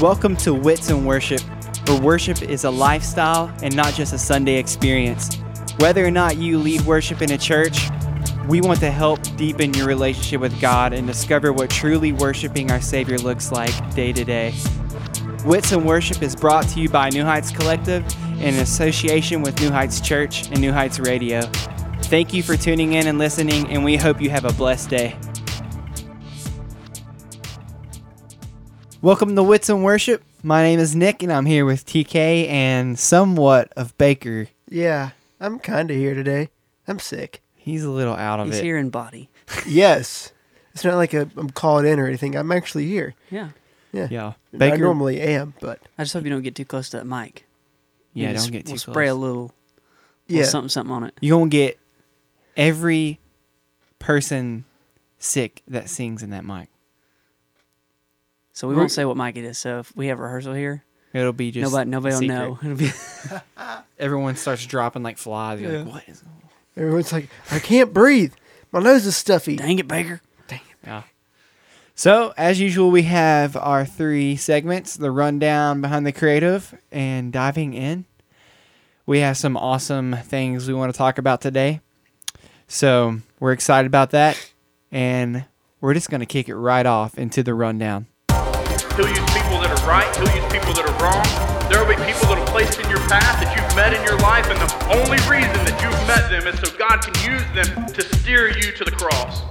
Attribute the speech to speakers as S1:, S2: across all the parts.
S1: Welcome to Wits and Worship, where worship is a lifestyle and not just a Sunday experience. Whether or not you lead worship in a church, we want to help deepen your relationship with God and discover what truly worshiping our Savior looks like day to day. Wits and Worship is brought to you by New Heights Collective in association with New Heights Church and New Heights Radio. Thank you for tuning in and listening, and we hope you have a blessed day. Welcome to Wits and Worship. My name is Nick, and I'm here with TK and somewhat of Baker.
S2: Yeah, I'm kind of here today. I'm sick.
S1: He's a little out of
S3: He's
S1: it.
S3: here in body.
S2: yes. It's not like i I'm called in or anything. I'm actually here.
S3: Yeah.
S2: Yeah.
S1: Yeah,
S2: I
S1: Baker.
S2: normally am, but
S3: I just hope you don't get too close to that mic.
S1: yeah,
S3: You
S1: don't
S3: just-
S1: get too
S3: we'll
S1: close.
S3: spray a little,
S2: yeah.
S3: little something, something on it.
S1: You're gonna get every person sick that sings in that mic.
S3: So we won't say what mic it is. So if we have rehearsal here,
S1: It'll be just
S3: nobody, nobody will
S1: secret.
S3: know. It'll be
S1: Everyone starts dropping like flies. You're like, what is?
S2: Everyone's like, I can't breathe. My nose is stuffy.
S3: dang it, Baker.
S1: Yeah. So as usual, we have our three segments: the rundown, behind the creative, and diving in. We have some awesome things we want to talk about today, so we're excited about that, and we're just gonna kick it right off into the rundown.
S4: He'll use people that are right. He'll use people that are wrong. There will be people that are placed in your path that you've met in your life, and the only reason that you've met them is so God can use them to steer you to the cross.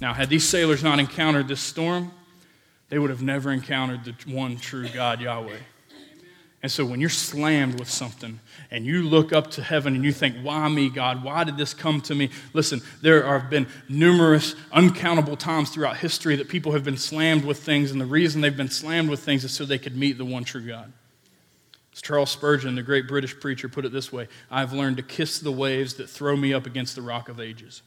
S5: Now, had these sailors not encountered this storm, they would have never encountered the one true God, Yahweh. And so, when you're slammed with something and you look up to heaven and you think, Why me, God? Why did this come to me? Listen, there have been numerous, uncountable times throughout history that people have been slammed with things, and the reason they've been slammed with things is so they could meet the one true God. As Charles Spurgeon, the great British preacher, put it this way I've learned to kiss the waves that throw me up against the rock of ages.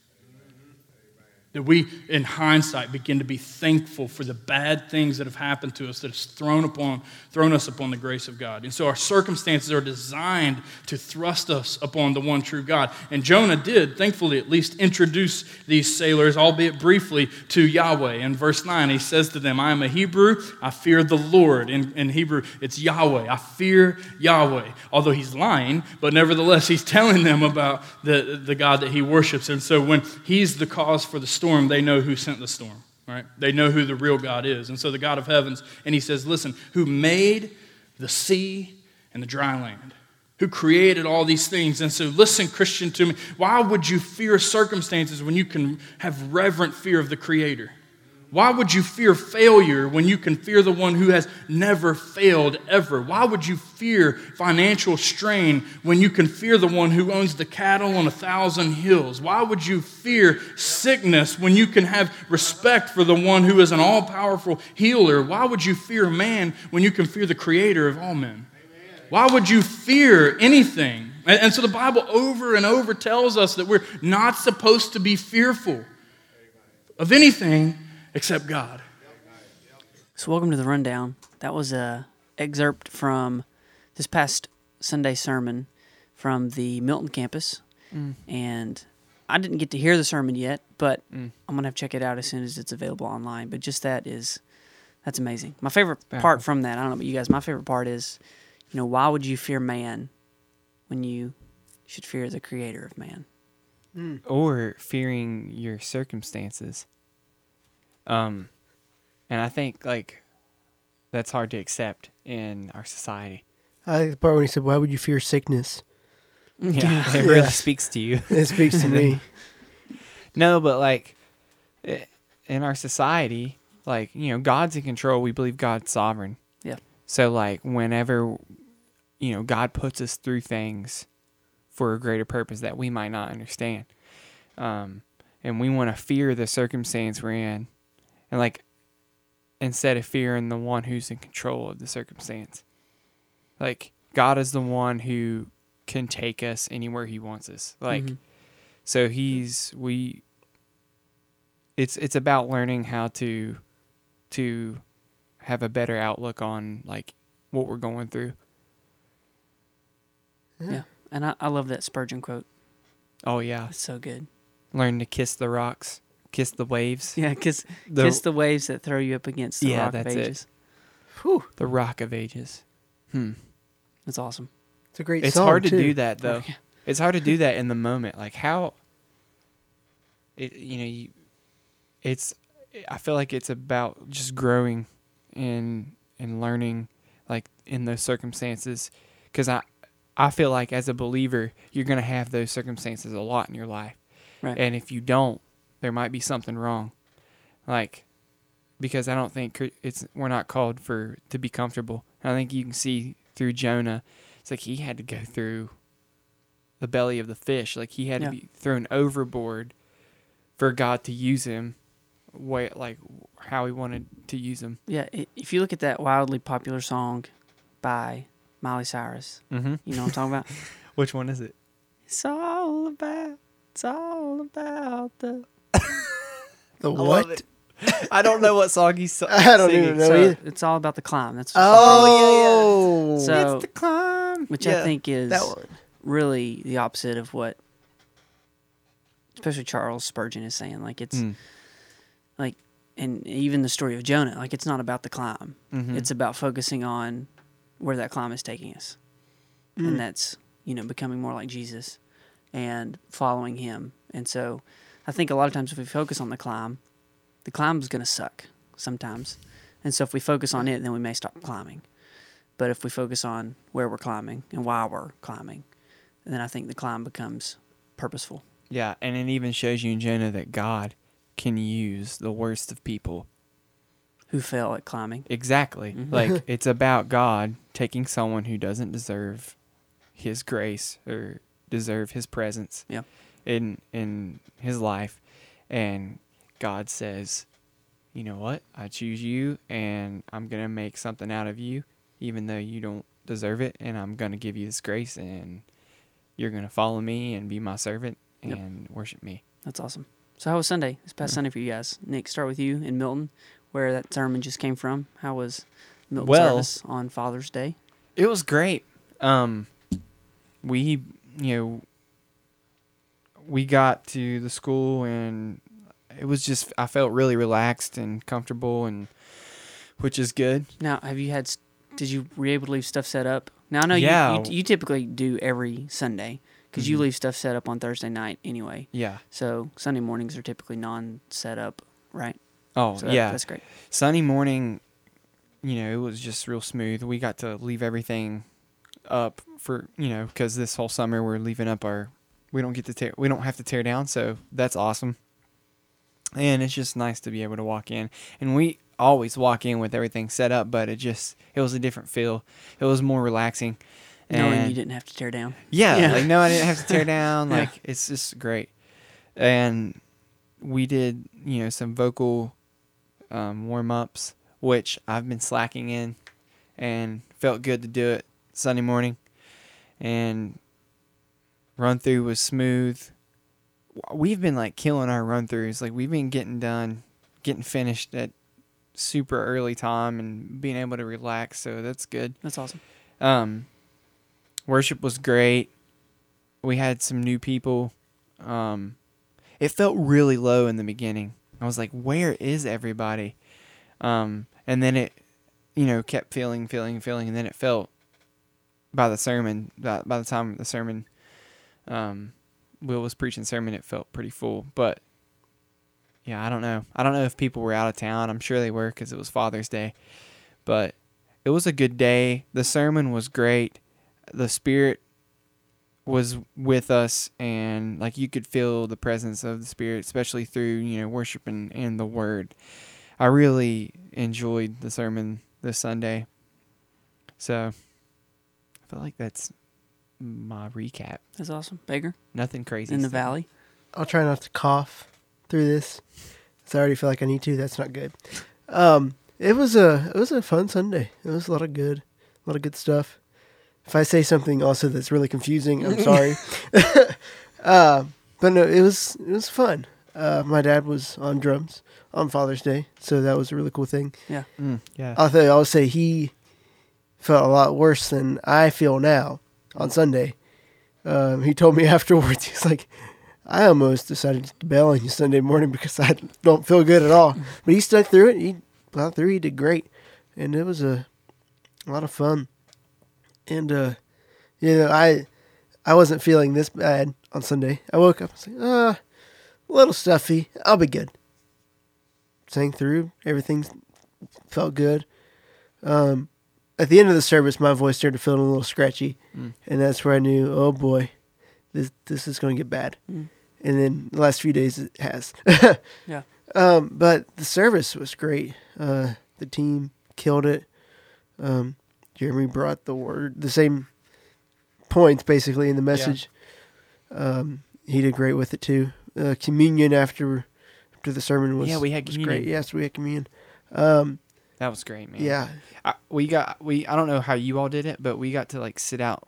S5: That we, in hindsight, begin to be thankful for the bad things that have happened to us, that has thrown, upon, thrown us upon the grace of God. And so our circumstances are designed to thrust us upon the one true God. And Jonah did, thankfully, at least introduce these sailors, albeit briefly, to Yahweh. In verse 9, he says to them, I am a Hebrew, I fear the Lord. In, in Hebrew, it's Yahweh. I fear Yahweh. Although he's lying, but nevertheless, he's telling them about the, the God that he worships. And so when he's the cause for the storm, they know who sent the storm, right? They know who the real God is. And so the God of heavens, and he says, Listen, who made the sea and the dry land? Who created all these things? And so, listen, Christian, to me. Why would you fear circumstances when you can have reverent fear of the Creator? Why would you fear failure when you can fear the one who has never failed ever? Why would you fear financial strain when you can fear the one who owns the cattle on a thousand hills? Why would you fear sickness when you can have respect for the one who is an all powerful healer? Why would you fear man when you can fear the creator of all men? Why would you fear anything? And, and so the Bible over and over tells us that we're not supposed to be fearful of anything except God.
S3: So welcome to the rundown. That was a excerpt from this past Sunday sermon from the Milton campus,
S1: Mm.
S3: and I didn't get to hear the sermon yet, but
S1: Mm.
S3: I'm gonna have to check it out as soon as it's available online. But just that is that's amazing. My favorite part from that, I don't know about you guys, my favorite part is, you know, why would you fear man when you should fear the creator of man?
S1: or fearing your circumstances. Um, and I think like that's hard to accept in our society.
S2: I like the part when he said, Why would you fear sickness?
S1: Yeah, it really
S2: Yeah.
S1: speaks to you.
S2: It speaks to me.
S1: No, but like i- in our society, like you know, God's in control. We believe God's sovereign.
S3: Yeah.
S1: So like whenever you know God puts us through things for a greater purpose that we might not understand, um, and we want to fear the circumstance we're in, and like instead of fearing the one who's in control of the circumstance, like God is the one who can take us anywhere He wants us. Like so he's we. It's it's about learning how to to have a better outlook on like what we're going through.
S3: Yeah. And I, I love that Spurgeon quote.
S1: Oh yeah,
S3: It's so good.
S1: learn to kiss the rocks. Kiss the waves.
S3: Yeah, kiss,
S1: The-
S3: kiss the waves that throw you up against the
S1: Yeah,
S3: rock
S1: that's it.
S3: pages. Whew,
S1: The Rock of Ages. Hmm.
S3: that's awesome.
S2: It's a great
S1: It's
S2: song.
S1: hard to
S2: too.
S1: do that though.
S3: Yeah.
S1: It's hard to do that in the moment. Like how it you know, you it's I feel like it's about just growing and and learning like in those circumstances cuz I I feel like as a believer, you're going to have those circumstances a lot in your life.
S3: Right.
S1: And if you don't, there might be something wrong. Like because I don't think cr- it's we're not called for to be comfortable. I think you can see through Jonah, it's like he had to go through the belly of the fish, like he had
S3: Yeah.
S1: to be thrown overboard for God to use him, way like how he wanted to use him.
S3: Yeah, i- if you look at that wildly popular song by Miley Cyrus,
S1: Mm-hmm.
S3: you know what I'm talking about?
S1: Which one is it?
S3: It's all about, it's all about the.
S2: The
S1: love
S2: what?
S1: it. I don't know what song he's.
S2: I don't even
S1: singing,
S2: know
S1: so-
S2: either.
S3: It's all about the climb. That's what
S2: Oh,
S3: yeah, yeah. So-
S1: it's the climb,
S3: which
S2: Yeah,
S3: I think is
S2: that one.
S3: really the opposite of what, especially Charles Spurgeon is saying. Like
S2: Hmm.
S3: it's
S1: Mm.
S3: like, and even the story of Jonah. Like it's not about the climb. It's about focusing on where that climb is taking us, and that's you know becoming more like Jesus and following Him. And so, I think a lot of times if we focus on the climb, the climb is going to suck sometimes. And so if we focus on it, then we may stop climbing. But if we focus on where we're climbing and why we're climbing, then I think the climb becomes purposeful.
S1: Yeah, and it even shows you in Jonah that God can use the worst of people
S3: Who fell at climbing?
S1: Exactly. Like it's about God taking someone who doesn't deserve his grace or deserve his presence
S3: Yeah.
S1: in in his life and God says, "You know what? I choose you and I'm going to make something out of you even though you don't deserve it and I'm going to give you this grace and you're going to follow me and be my servant
S3: Yep.
S1: and worship me."
S3: That's awesome. So how was Sunday? This past Sunday for you guys. Nick, start with you in Milton, where that sermon just came from. How was Milton
S1: Well-
S3: service on Father's Day?
S1: It was great. Um, we, you know, we got to the school and it was just I felt really relaxed and comfortable and which is good.
S3: Now, have you had? s- Did you were you able to leave stuff set up? Now I know
S1: Yeah. Mm-hmm.
S3: you, you you typically do every Sunday because you leave stuff set up on Thursday night anyway.
S1: Yeah.
S3: So Sunday mornings are typically non-set up, right?
S1: Oh
S3: So that-
S1: yeah.
S3: that's great.
S1: Sunday morning, you know, it was just real smooth. We got to leave everything up for you know because this whole summer we're leaving up our we don't get to tear we don't have to tear down so that's awesome and it's just nice to be able to walk in and we always walk in with everything set up but it just it was a different feel it was more relaxing
S3: Knowing you didn't have to tear down.
S1: yeah,
S3: Yeah.
S1: like no, I didn't have to tear down.
S3: Yeah.
S1: Like it's just great. And we did, you know, some vocal um, warm ups, which I've been slacking in, and felt good to do it Sunday morning. And run through was smooth. We've been like killing our run throughs. Like we've been getting done, getting finished at super early time, and being able to relax. So that's good.
S3: That's awesome.
S1: Um, worship was great. We had some new people. Um, it felt really low in the beginning. I was like, "Where is everybody?" Um, and then it, you know, kept feeling, feeling, feeling, and then it felt by the sermon. By, by the time the sermon, um, Will was preaching sermon, it felt pretty full. But yeah, I don't know. I don't know if people were out of town. I'm sure they were because it was Father's Day. But it was a good day. The sermon was great. The spirit was with us and like you could feel the presence of the spirit especially through you know worship and, and the word i really enjoyed the sermon this sunday so i feel like that's my recap
S3: That's awesome. Baker
S1: nothing crazy
S3: in the
S1: stuff.
S3: valley.
S2: I'll try not to cough through this. 'cause I already feel like I need to. That's not good. Um, it was a it was a fun Sunday. It was a lot of good, a lot of good stuff. If I say something also that's really confusing, I'm sorry. uh, but no, it was it was fun. Uh, my dad was on drums on Father's Day, so that was a really cool thing.
S3: Yeah.
S1: Mm, yeah
S3: Uh,
S2: Although I'll say he felt a lot worse than I feel now on Sunday. Um, he told me afterwards, he's like, I almost decided to bail on you Sunday morning because I don't feel good at all. But he stuck through it. He plowed through. He did great, and it was a, a lot of fun. And uh, you know, I I wasn't feeling this bad on Sunday. I woke up and said, "Ah, a little stuffy. I'll be good." Sang through. Everything felt good. Um, at the end of the service, my voice started feeling a little scratchy, and that's where I knew, oh boy, this this is going to get bad. And then the last few days it has.
S3: Yeah.
S2: um, but the service was great. Uh, the team killed it. Um, Jeremy brought the word, the same points basically in the message. Um, he did great with it too. Uh, communion after after the sermon was
S1: Yeah, we had
S2: was great.
S1: communion.
S2: Yes, we had communion.
S1: That was great, man.
S2: Yeah,
S1: I, we got we I don't know how you all did it, but we got to like sit out.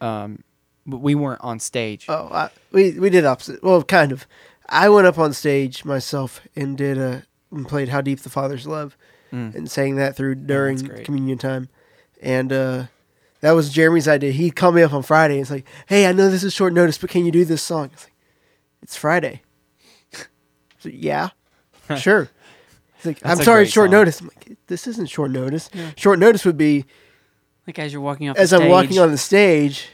S1: Um, but we weren't on stage.
S2: Oh, I, we we did opposite. Well, kind of. I went up on stage myself and did a and played "How Deep the Father's Love" and sang that through during
S1: Mm. great.
S2: communion time, and uh, that was Jeremy's idea. He called me up on Friday. and It's like, hey, I know this is short notice, but can you do this song? It's like, it's Friday. So, yeah, sure. He's like,
S1: That's
S2: I'm
S1: a
S2: sorry,
S1: great
S2: it's short
S1: song.
S2: notice. I'm like, this isn't short notice. Short notice would be
S3: Like as you're walking off
S2: as
S3: the
S2: I'm walking
S3: stage,
S2: on the stage.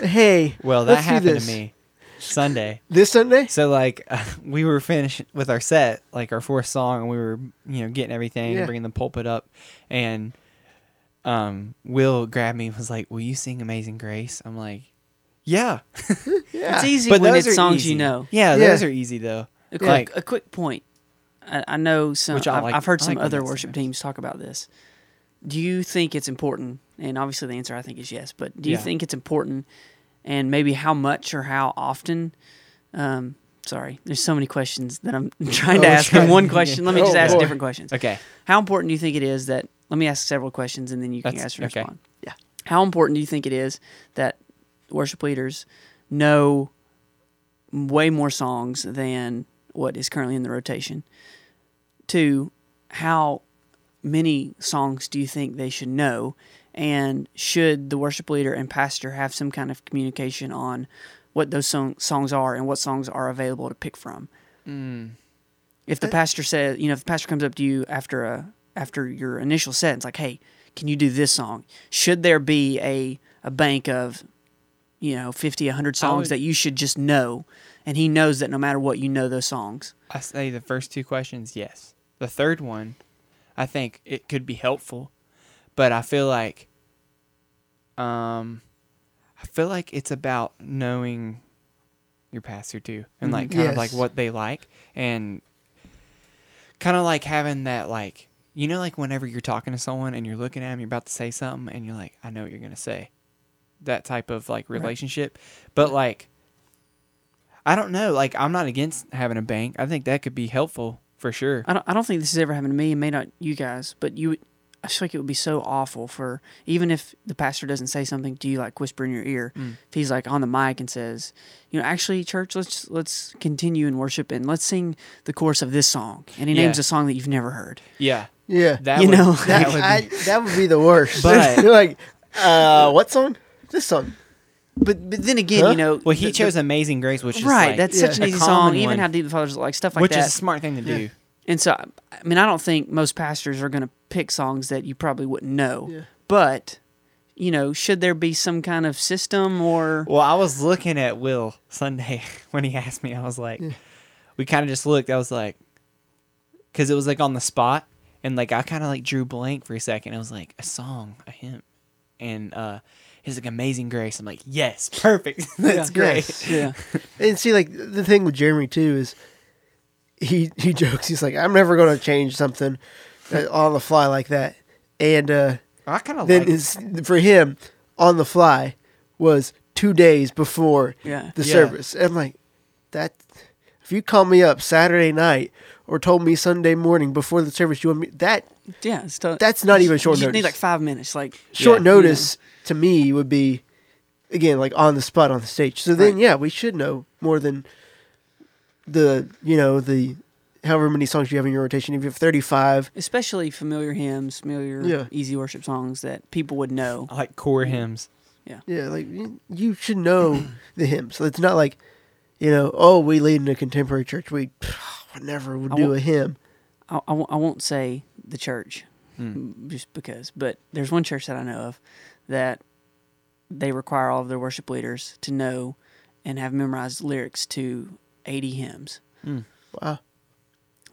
S2: Hey,
S1: well, that
S2: let's do
S1: happened
S2: this.
S1: to me Sunday.
S2: this Sunday.
S1: So like we were finished with our set, like our fourth song, and we were you know getting everything,
S2: Yeah.
S1: bringing the pulpit up, and um, Will grabbed me and was like, "Will you sing Amazing Grace?" I'm like, "Yeah."
S3: It's easy
S1: but
S3: when
S1: those
S3: it's
S1: are
S3: songs
S1: easy.
S3: you know.
S1: Yeah,
S2: Yeah.
S1: those are easy though.
S3: A quick,
S1: Like
S3: a quick point. I, I know some.
S1: Which I
S3: I've,
S1: like-
S3: I've heard
S1: I
S3: some
S1: like when
S3: other
S1: that's the
S3: worship
S1: case.
S3: teams talk about this. Do you think it's important? And obviously, the answer I think is yes. But do you
S1: Yeah.
S3: think it's important? And maybe how much or how often? Um, sorry, there's so many questions that I'm trying to
S2: Oh,
S3: ask
S2: sure.
S3: in one question. Let me
S2: Oh,
S3: just ask
S2: boy.
S3: different questions.
S1: okay,
S3: How important do you think it is that? Let me ask several questions, and then you can
S1: That's-
S3: answer and
S1: okay.
S3: respond.
S2: Yeah.
S3: How important do you think it is that worship leaders know way more songs than what is currently in the rotation? Two, how many songs do you think they should know? And should the worship leader and pastor have some kind of communication on what those song- songs are and what songs are available to pick from? If the pastor says, you know, if the pastor comes up to you after a after your initial set, it's like, hey, can you do this song? Should there be a a bank of, you know, 50, 100 songs
S1: would-
S3: that you should just know? And he knows that no matter what, you know those songs.
S1: I say the first two questions, yes. The third one, I think it could be helpful, but I feel like, um, I feel like it's about knowing your pastor too, and like kind of like
S2: Yes.
S1: what they like, and kind of like having that like you know like whenever you're talking to someone and you're looking at them, you're about to say something, and you're like, I know what you're gonna say, that type of like relationship, but like I don't know. Like, I'm not against having a bank. I think that could be helpful for sure.
S3: I don't, I don't think this has ever happened to me. It may not you guys, but you, would- I just feel like it would be so awful for even if the pastor doesn't say something to you, like whisper in your ear.
S1: Mm.
S3: If he's like on the mic and says, you know, actually, church, let's let's continue in worship and let's sing the chorus of this song, and he
S1: Yeah.
S3: names a song that you've never heard.
S1: Yeah.
S2: Yeah.
S1: That
S3: You
S1: would,
S3: know,
S1: that
S2: That,
S1: would be,
S2: I, that would be the worst.
S1: But-
S2: You're like, uh, what song? This song.
S3: But but then again,
S2: Huh?
S3: you know,
S1: well, he
S3: the- the-
S1: chose "Amazing Grace," which is
S3: right.
S1: like,
S3: that's such
S2: yeah,
S3: an
S1: a
S3: easy
S1: common
S3: song. Even
S1: one,
S3: how deep the fathers like stuff like
S1: which
S3: that.
S1: is a smart thing to do.
S3: And so, I mean, I don't think most pastors are going to pick songs that you probably wouldn't know.
S2: Yeah.
S3: But, you know, should there be some kind of system or.
S1: Well, I was looking at Will Sunday when he asked me. I was like, we kind of just looked. I was like, because it was like on the spot, and like I kind of like drew blank for a second. I was like, a song, a hymn, and uh, he's like, "Amazing Grace." I'm like, yes, perfect. that's great.
S2: Yes.
S3: Yeah.
S2: And see, like, the thing with Jeremy, too, is he, he jokes. He's like, I'm never going to change something uh, on the fly like that. And uh,
S1: I kind of
S2: then
S1: Oh, like
S2: his, for him, on the fly was two days before
S3: Yeah.
S2: the
S1: Yeah.
S2: service. And I'm like, that. If you called me up Saturday night or told me Sunday morning before the service, you want me that
S3: Yeah. It's t-
S2: That's not even short
S3: You just need
S2: notice.
S3: like five minutes. Like,
S2: short
S1: Yeah.
S2: notice to me would be again like on the spot on the stage. So then
S3: Right.
S2: yeah, we should know more than the you know the however many songs you have in your rotation. If you have thirty five,
S3: especially familiar hymns, familiar,
S2: Yeah.
S3: easy worship songs that people would know.
S1: I like core hymns.
S2: yeah, like you- you should know the hymns. So it's not like you know, oh, we lead in a contemporary church. We pff, never would
S3: I
S2: do
S3: won't-
S2: a hymn.
S3: I, I, won't- I won't say the church
S2: Hmm.
S3: just because, but there's one church that I know of that they require all of their worship leaders to know and have memorized lyrics to 80 hymns.
S2: Wow.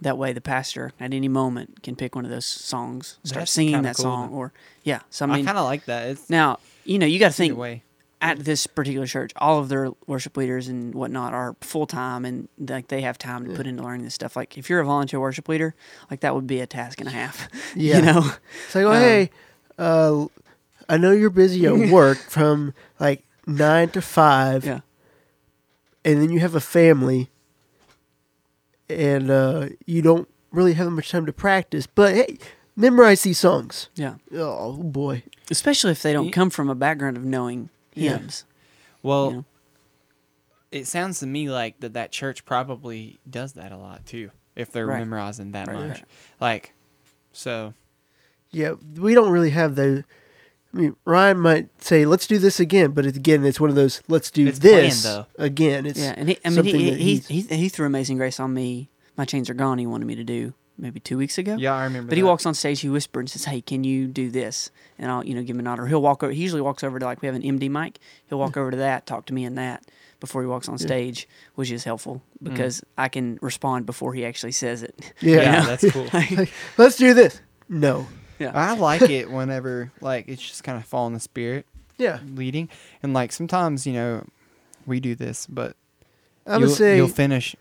S3: That way, the pastor at any moment can pick one of those songs, start
S1: That's
S3: singing
S1: kinda
S3: that
S1: cool,
S3: song,
S1: though.
S3: or yeah. So I
S1: I
S3: mean,
S1: kind of like that. It's
S3: now you know you got to
S1: either
S3: think
S1: way.
S3: at this particular church, all of their worship leaders and whatnot are full time, and like they have time to put into learning this stuff. Like if you're a volunteer worship leader, like that would be a task and a half.
S2: Yeah.
S3: you know, Um,
S2: It's like, oh, hey, uh, I know you're busy at work from like nine to five,
S3: yeah,
S2: and then you have a family, and uh, you don't really have much time to practice. But hey, memorize these songs.
S3: yeah.
S2: Oh boy,
S3: Especially if they
S1: Ye-
S3: don't come from a background of knowing
S2: Yeah.
S3: hymns.
S1: Well,
S3: know?
S1: it sounds to me like that that church probably does that a lot too, if they're
S3: Right.
S1: memorizing that
S3: Right,
S1: much.
S3: right.
S1: Like, so
S2: yeah, we don't really have the. I mean, Ryan might say, "Let's do this again," but it's- again, it's one of those "Let's do
S1: It's planned,
S2: this
S1: though.
S2: again." It's
S3: Yeah, and he, I mean,
S2: something
S3: he
S2: that
S3: he,
S2: he's-
S3: he he threw Amazing Grace on me. My chains are gone. He wanted me to do maybe two weeks ago.
S1: yeah, I remember.
S3: But he
S1: that.
S3: walks on stage, he whispers and says, "Hey, can you do this?" And I'll, you know, give him a nod. Or he'll walk over. He usually walks over to like we have an MD mic. He'll walk over to that, talk to me in that before he walks on stage, which is helpful because I can respond before he actually says it.
S1: Yeah,
S2: yeah.
S1: that's cool.
S3: Like,
S2: Let's do this. No.
S3: yeah,
S1: I like it whenever like it's just kind of following the spirit
S2: Yeah,
S1: leading, and like sometimes you know we do this, but
S2: I
S1: you'll,
S2: would say
S1: you'll finish.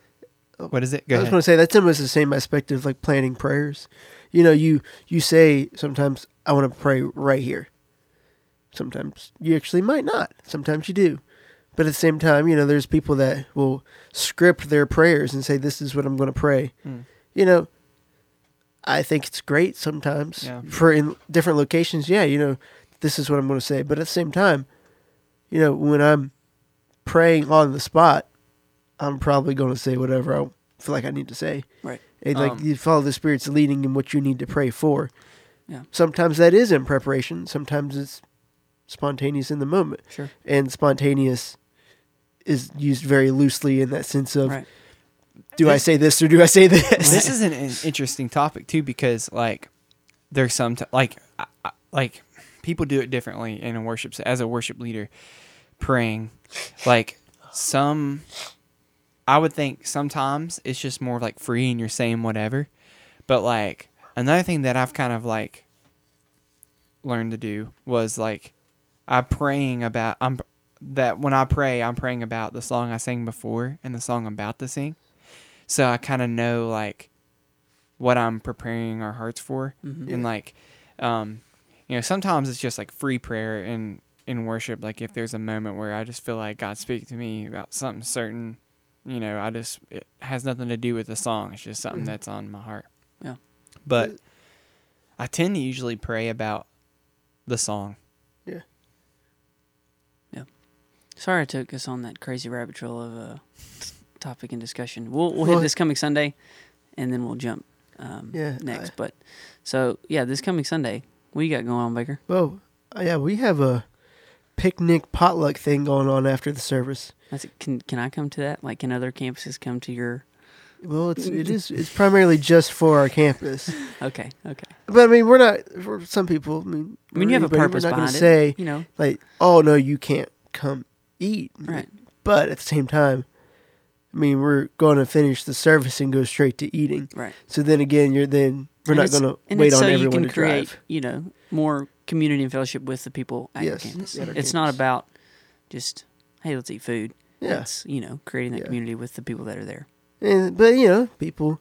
S1: What is it? Go
S2: I
S1: ahead.
S2: just want to say that's almost the same aspect of like planning prayers. You know, you you say sometimes I want to pray right here. Sometimes you actually might not. Sometimes you do, but at the same time, you know, there's people that will script their prayers and say this is what I'm going to pray. You know, I think it's great sometimes
S1: Yeah.
S2: for in different locations. Yeah, you know, this is what I'm going to say, but at the same time, you know, when I'm praying on the spot, I'm probably going to say whatever I feel like I need to say.
S3: right.
S2: And like
S1: Um,
S2: you follow the Spirit's leading in what you need to pray for.
S3: Yeah.
S2: Sometimes that is in preparation. Sometimes it's spontaneous in the moment.
S3: Sure.
S2: And spontaneous is used very loosely in that sense of
S3: Right.
S2: do I say this or do I say this?
S1: this is an, an interesting topic too because like there's some t- like I, I, like people do it differently in a worship s- as a worship leader praying like some i would think sometimes it's just more like free and you're saying whatever but like another thing that i've kind of like learned to do was like i'm praying about i'm that when i pray i'm praying about the song i sang before and the song i'm about to sing so I kind of know like what I'm preparing our hearts for, and like, um, you know, sometimes it's just like free prayer and in worship. Like if there's a moment where I just feel like God speaking to me about something certain, you know, I just it has nothing to do with the song. It's just something that's on my heart.
S3: Yeah.
S1: But I tend to usually pray about the song.
S2: yeah.
S3: Sorry, I took us on that crazy rabbit trail of a topic and discussion. We'll we'll
S2: Well-
S3: hit this coming Sunday, and then we'll jump um,
S2: Yeah,
S3: next.
S2: I-
S3: but so yeah, this coming Sunday, what you got going on, Baker?
S2: Well, uh, yeah, we have a picnic potluck thing going on after the service.
S3: That's it. Can can I come to that? Like, can other campuses come to your?
S2: Well, it's it is it's primarily just for our campus.
S3: Okay, okay.
S2: But I mean, we're not for some people. I mean,
S3: I mean, you have a
S2: everybody,
S3: purpose
S2: We're not going to
S3: behind
S2: say,
S3: it, you know.
S2: like, oh no, you can't come eat.
S3: Right.
S2: But at the same time, I mean, we're going to finish the service and go straight to eating.
S3: Right.
S2: So then again, you're then we're
S3: And
S2: not
S3: it's-
S2: going to
S3: and
S2: wait
S3: it's
S2: on
S3: so
S2: everyone
S3: you can
S2: to
S3: create,
S2: drive.
S3: You know, more community and fellowship with the people at
S2: Yes,
S3: your campus.
S2: at our
S3: it's not
S2: campus.
S3: about just hey, let's eat food.
S2: Yeah.
S3: It's you know creating that
S2: Yeah.
S3: community with the people that are there.
S2: And, but you know, people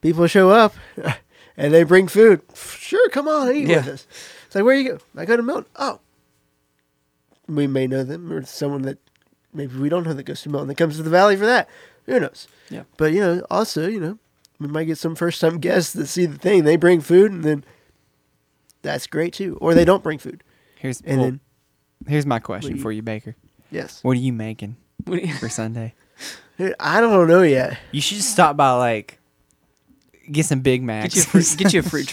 S2: people show up and they bring food. Sure, come on, eat
S3: Yeah.
S2: with us. It's like where you go? I go to Milton. Oh, we may know them or someone that maybe we don't know that goes to Milton that comes to the Valley for that. Who knows?
S3: Yeah.
S2: But you know, also you know, we might get some first time guests that see the thing. They bring food and then that's great too. Or they don't bring food
S1: Here's
S2: and
S1: well,
S2: then
S1: here's my question
S2: Wait.
S1: for you, Baker.
S2: yes,
S1: What are you making
S3: What do you-
S1: for Sunday?
S2: Dude, I don't know yet.
S1: You should just stop by like get some Big Macs.
S3: Get you a fruit, get you a fruit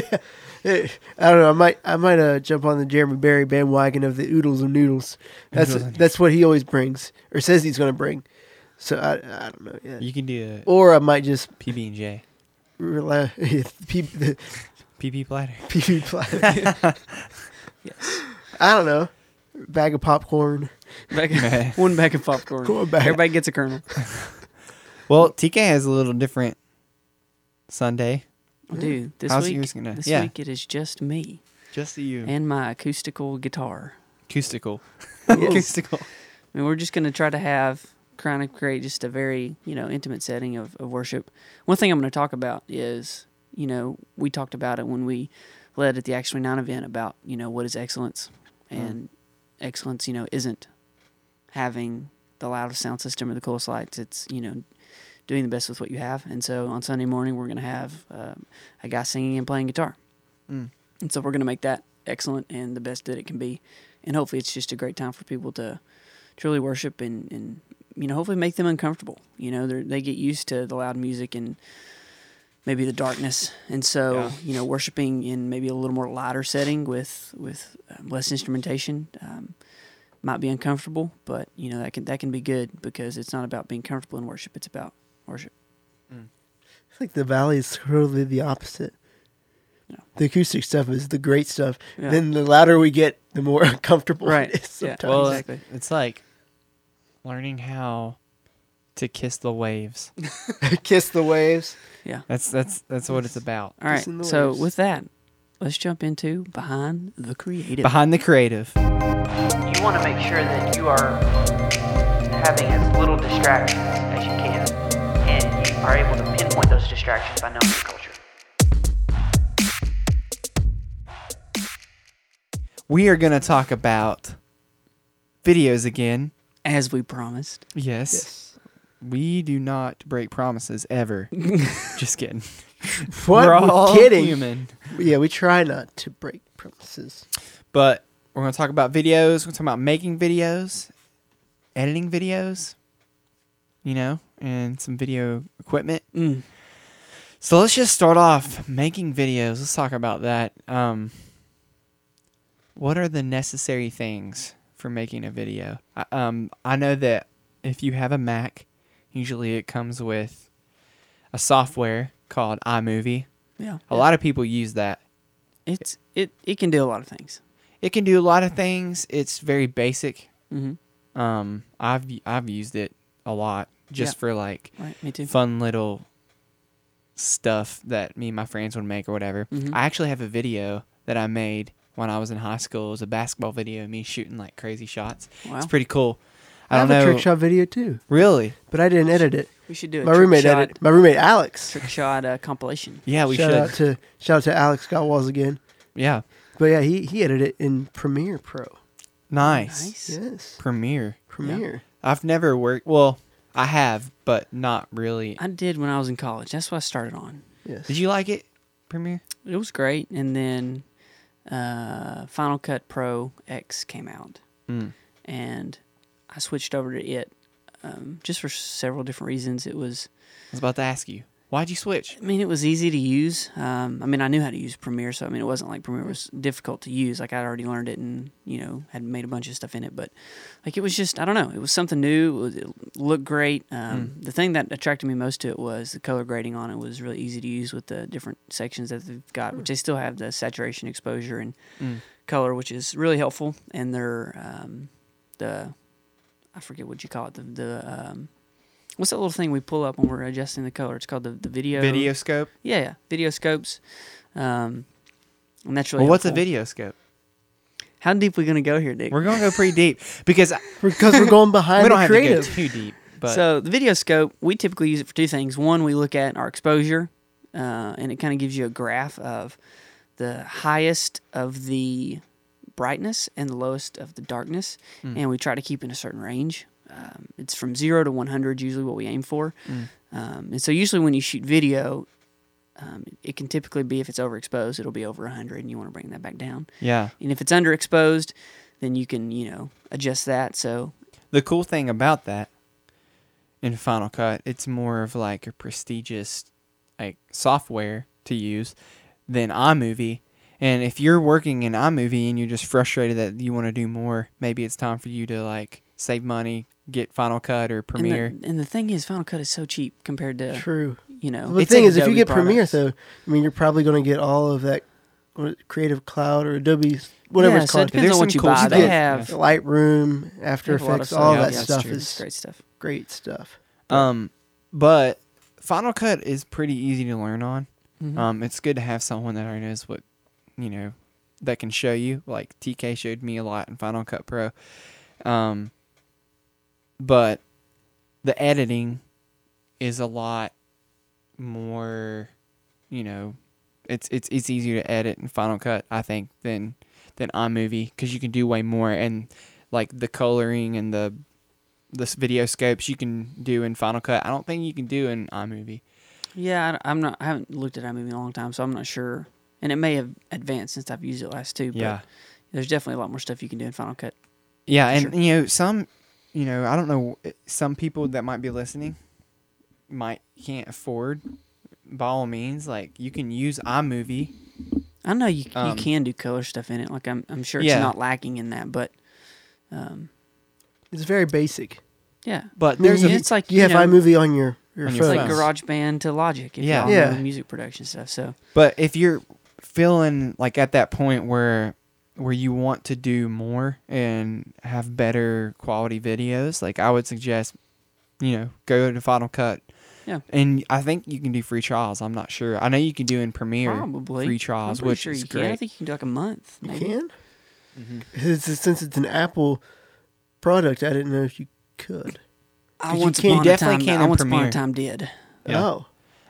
S3: tray.
S2: Eh, I don't know. I might I might uh, jump on the Jeremy Berry bandwagon of the oodles and noodles. That's
S1: Oodles and-
S2: that's what he always brings or says he's going to bring. So I I don't know. Yeah.
S1: You can do a
S2: Or I might just
S1: PB and J,
S2: rely P- the
S1: PB platter.
S2: PB platter. yes. I don't know. Bag of popcorn.
S3: Bag- one bag of popcorn.
S2: Going back.
S3: Everybody gets a kernel.
S1: Well, TK has a little different Sunday.
S3: Dude, this
S1: How's
S3: week,
S1: yours gonna-
S3: this
S1: yeah.
S3: week it is just me
S1: Just you.
S3: and my acoustical guitar.
S1: acoustical. acoustical.
S3: I mean, we're just going to try to have kind of create just a very you know intimate setting of, of worship. One thing I'm going to talk about is you know we talked about it when we led at the Acts 29 event about you know what is excellence and excellence you know isn't having the loudest sound system or the coolest lights. It's you know doing the best with what you have. And so on Sunday morning we're going to have um, a guy singing and playing guitar. And so we're going to make that excellent and the best that it can be. And hopefully it's just a great time for people to truly worship and, and you know, hopefully make them uncomfortable. You know, they they get used to the loud music and maybe the darkness. And so,
S5: Yeah.
S3: you know, worshiping in maybe a little more lighter setting with, with um, less instrumentation um, might be uncomfortable, but you know, that can, that can be good because it's not about being comfortable in worship. It's about worship.
S2: I think the valley is totally the opposite.
S3: Yeah.
S2: The acoustic stuff is the great stuff.
S3: Yeah.
S2: Then the louder we get, the more uncomfortable
S3: Right.
S2: it is
S3: Yeah.
S2: sometimes.
S1: Well,
S3: Exactly.
S1: it's like learning how to kiss the waves.
S3: uh,
S2: Kiss the waves.
S3: Yeah.
S1: That's that's that's what it's about.
S3: All right.
S2: Listen to
S3: So
S2: lyrics.
S3: with that, let's jump into behind the creative.
S1: Behind the creative.
S6: you want to make sure that you are having as little distractions as you can and you are able to pinpoint those distractions by knowing your culture.
S1: We are gonna talk about videos again.
S3: as we promised.
S1: Yes. We do not break promises ever. Just kidding.
S2: What?
S1: We're
S2: We're
S1: all
S2: kidding.
S1: human.
S2: Yeah, we try not to break promises.
S1: But we're going to talk about videos. We're going to talk about making videos, editing videos, you know, and some video equipment.
S3: Mm.
S1: So let's just start off making videos. Let's talk about that. Um, what are the necessary things for making a video? I, um, I know that if you have a Mac, usually it comes with a software called iMovie.
S3: Yeah.
S1: A lot of people use that.
S3: It's it it can do a lot of things.
S1: It can do a lot of things. It's very basic.
S3: Mm-hmm.
S1: Um, I've I've used it a lot just
S3: Yeah.
S1: for like
S3: Right. Me too.
S1: fun little stuff that me and my friends would make or whatever.
S3: Mhm.
S1: I actually have a video that I made when I was in high school. It was a basketball video of me shooting like crazy shots.
S3: Wow.
S1: It's pretty cool.
S2: I,
S1: I don't
S2: have a
S1: know.
S2: trick shot video too,
S1: Really?
S2: but I didn't edit it.
S3: We should do a
S2: My
S3: trick
S2: roommate
S3: shot,
S2: edited. My roommate Alex.
S3: trick shot uh, compilation.
S1: Yeah, we
S2: shout
S1: should.
S2: out to shout out to Alex Scott Walls again.
S1: yeah.
S2: But yeah, he he edited it in Premiere Pro.
S1: Nice.
S3: Nice.
S2: Yes,
S1: Premiere.
S2: Premiere.
S1: I've never worked. Well, I have, but not really.
S3: I did when I was in college. That's what I started on.
S2: Yes.
S1: Did you like it? Premiere.
S3: It was great, and then uh, Final Cut Pro X came out, and I switched over to it um, just for several different reasons. It was
S1: I was about to ask you. Why'd you switch?
S3: I mean, it was easy to use. Um, I mean, I knew how to use Premiere, so I mean, it wasn't like Premiere was difficult to use. Like I'd already learned it, and you know, had made a bunch of stuff in it. But like, it was just I don't know. It was something new. It, was, it looked great. Um, The thing that attracted me most to it was the color grading on it was really easy to use with the different sections that they've got, which they still have the saturation, exposure, and color, which is really helpful. And their um, the I forget what you call it the the um, What's that little thing we pull up when we're adjusting the color? It's called the, the
S1: Video scope.
S3: yeah, yeah. Video scopes. Um, and that's really
S1: Well, what's a
S3: helpful.
S1: video scope?
S3: How deep we going to go here, Dick?
S1: We're gonna go pretty deep because
S2: Because we're going behind
S1: we don't
S2: the
S1: have
S2: creative.
S1: to go too deep. But
S3: so the video scope, we typically use it for two things. One, we look at our exposure, uh, and it kind of gives you a graph of the highest of the brightness and the lowest of the darkness,
S1: Hmm.
S3: and we try to keep in a certain range. Um, it's from zero to one hundred, usually what we aim for.
S1: Hmm.
S3: Um, and so usually when you shoot video. Um, it can typically be if it's overexposed, it'll be over 100, and you want to bring that back down.
S1: yeah,
S3: And if it's underexposed, then you can, you know, adjust that. So,
S1: the cool thing about that in Final Cut, it's more of like a prestigious like software to use than iMovie. And if you're working in iMovie and you're just frustrated that you want to do more, maybe it's time for you to like save money, get Final Cut or
S3: And
S1: Premiere.
S3: the, and the thing is, Final Cut is so cheap compared to
S2: True.
S3: you know.
S2: the
S3: it's
S2: thing
S3: like
S2: is, if you
S3: Adobe
S2: get
S3: products.
S2: Premiere, though, I mean, you're probably going to get all of that what- Creative Cloud or Adobe's whatever
S3: yeah,
S2: it's
S3: so it
S2: called.
S3: depends
S1: There's
S3: on
S1: some
S3: what you
S1: cool
S3: buy.
S1: stuff.
S3: They
S1: Yeah.
S3: have, they
S2: Lightroom, After
S3: have a lot of
S2: Effects,
S3: stuff.
S2: all
S3: Yeah,
S2: that
S3: that's
S2: stuff
S3: true. It's
S2: is
S3: great stuff.
S2: great stuff.
S1: Um, but Final Cut is pretty easy to learn on. Um, it's good to have someone that already knows what, you know, that can show you. Like TK showed me a lot in Final Cut Pro. Um, but the editing is a lot more, you know, it's it's it's easier to edit in Final Cut, I think, than than iMovie because you can do way more and like the coloring and the this video scopes you can do in Final Cut. I don't think you can do in iMovie.
S3: Yeah, I, am not. I haven't looked at iMovie in a long time, so I'm not sure. And it may have advanced since I've used it last too. But
S1: Yeah.
S3: there's definitely a lot more stuff you can do in Final Cut.
S1: Yeah, and
S3: Sure.
S1: you know some, you know I don't know eh, some people that might be listening, might can't afford. By all means, like you can use iMovie.
S3: I know you you
S1: Um,
S3: can do color stuff in it. Like I'm I'm sure it's
S1: Yeah.
S3: not lacking in that, but um,
S2: It's very basic.
S3: yeah,
S1: But
S2: I mean,
S1: there's
S2: you,
S1: a-
S3: it's like,
S2: you,
S3: you
S2: have
S3: know,
S2: iMovie on your your
S1: on your
S3: it's
S2: phone.
S3: like
S1: phones.
S3: GarageBand to Logic if
S1: Yeah.
S3: y'all
S2: Yeah.
S3: know the music production stuff. So
S1: But if you're feeling like at that point where where you want to do more and have better quality videos, like I would suggest, you know, go to Final Cut.
S3: Yeah.
S1: And I think you can do free trials. I'm not sure. I know you can do in Premiere
S3: probably
S1: free
S3: I'm
S1: trials,
S3: pretty
S1: which
S3: sure
S1: is
S3: you Can. I
S1: great.
S3: think you can do like a month.
S2: You
S3: Maybe.
S2: can? It's- it's- since it's an Apple product, I didn't know if you could.
S3: I
S1: 'Cause you
S3: once
S1: can- you
S3: upon a time,
S1: definitely can
S3: I
S1: in
S3: once upon a
S1: Premiere.
S3: time did.
S1: Yeah.
S2: Oh.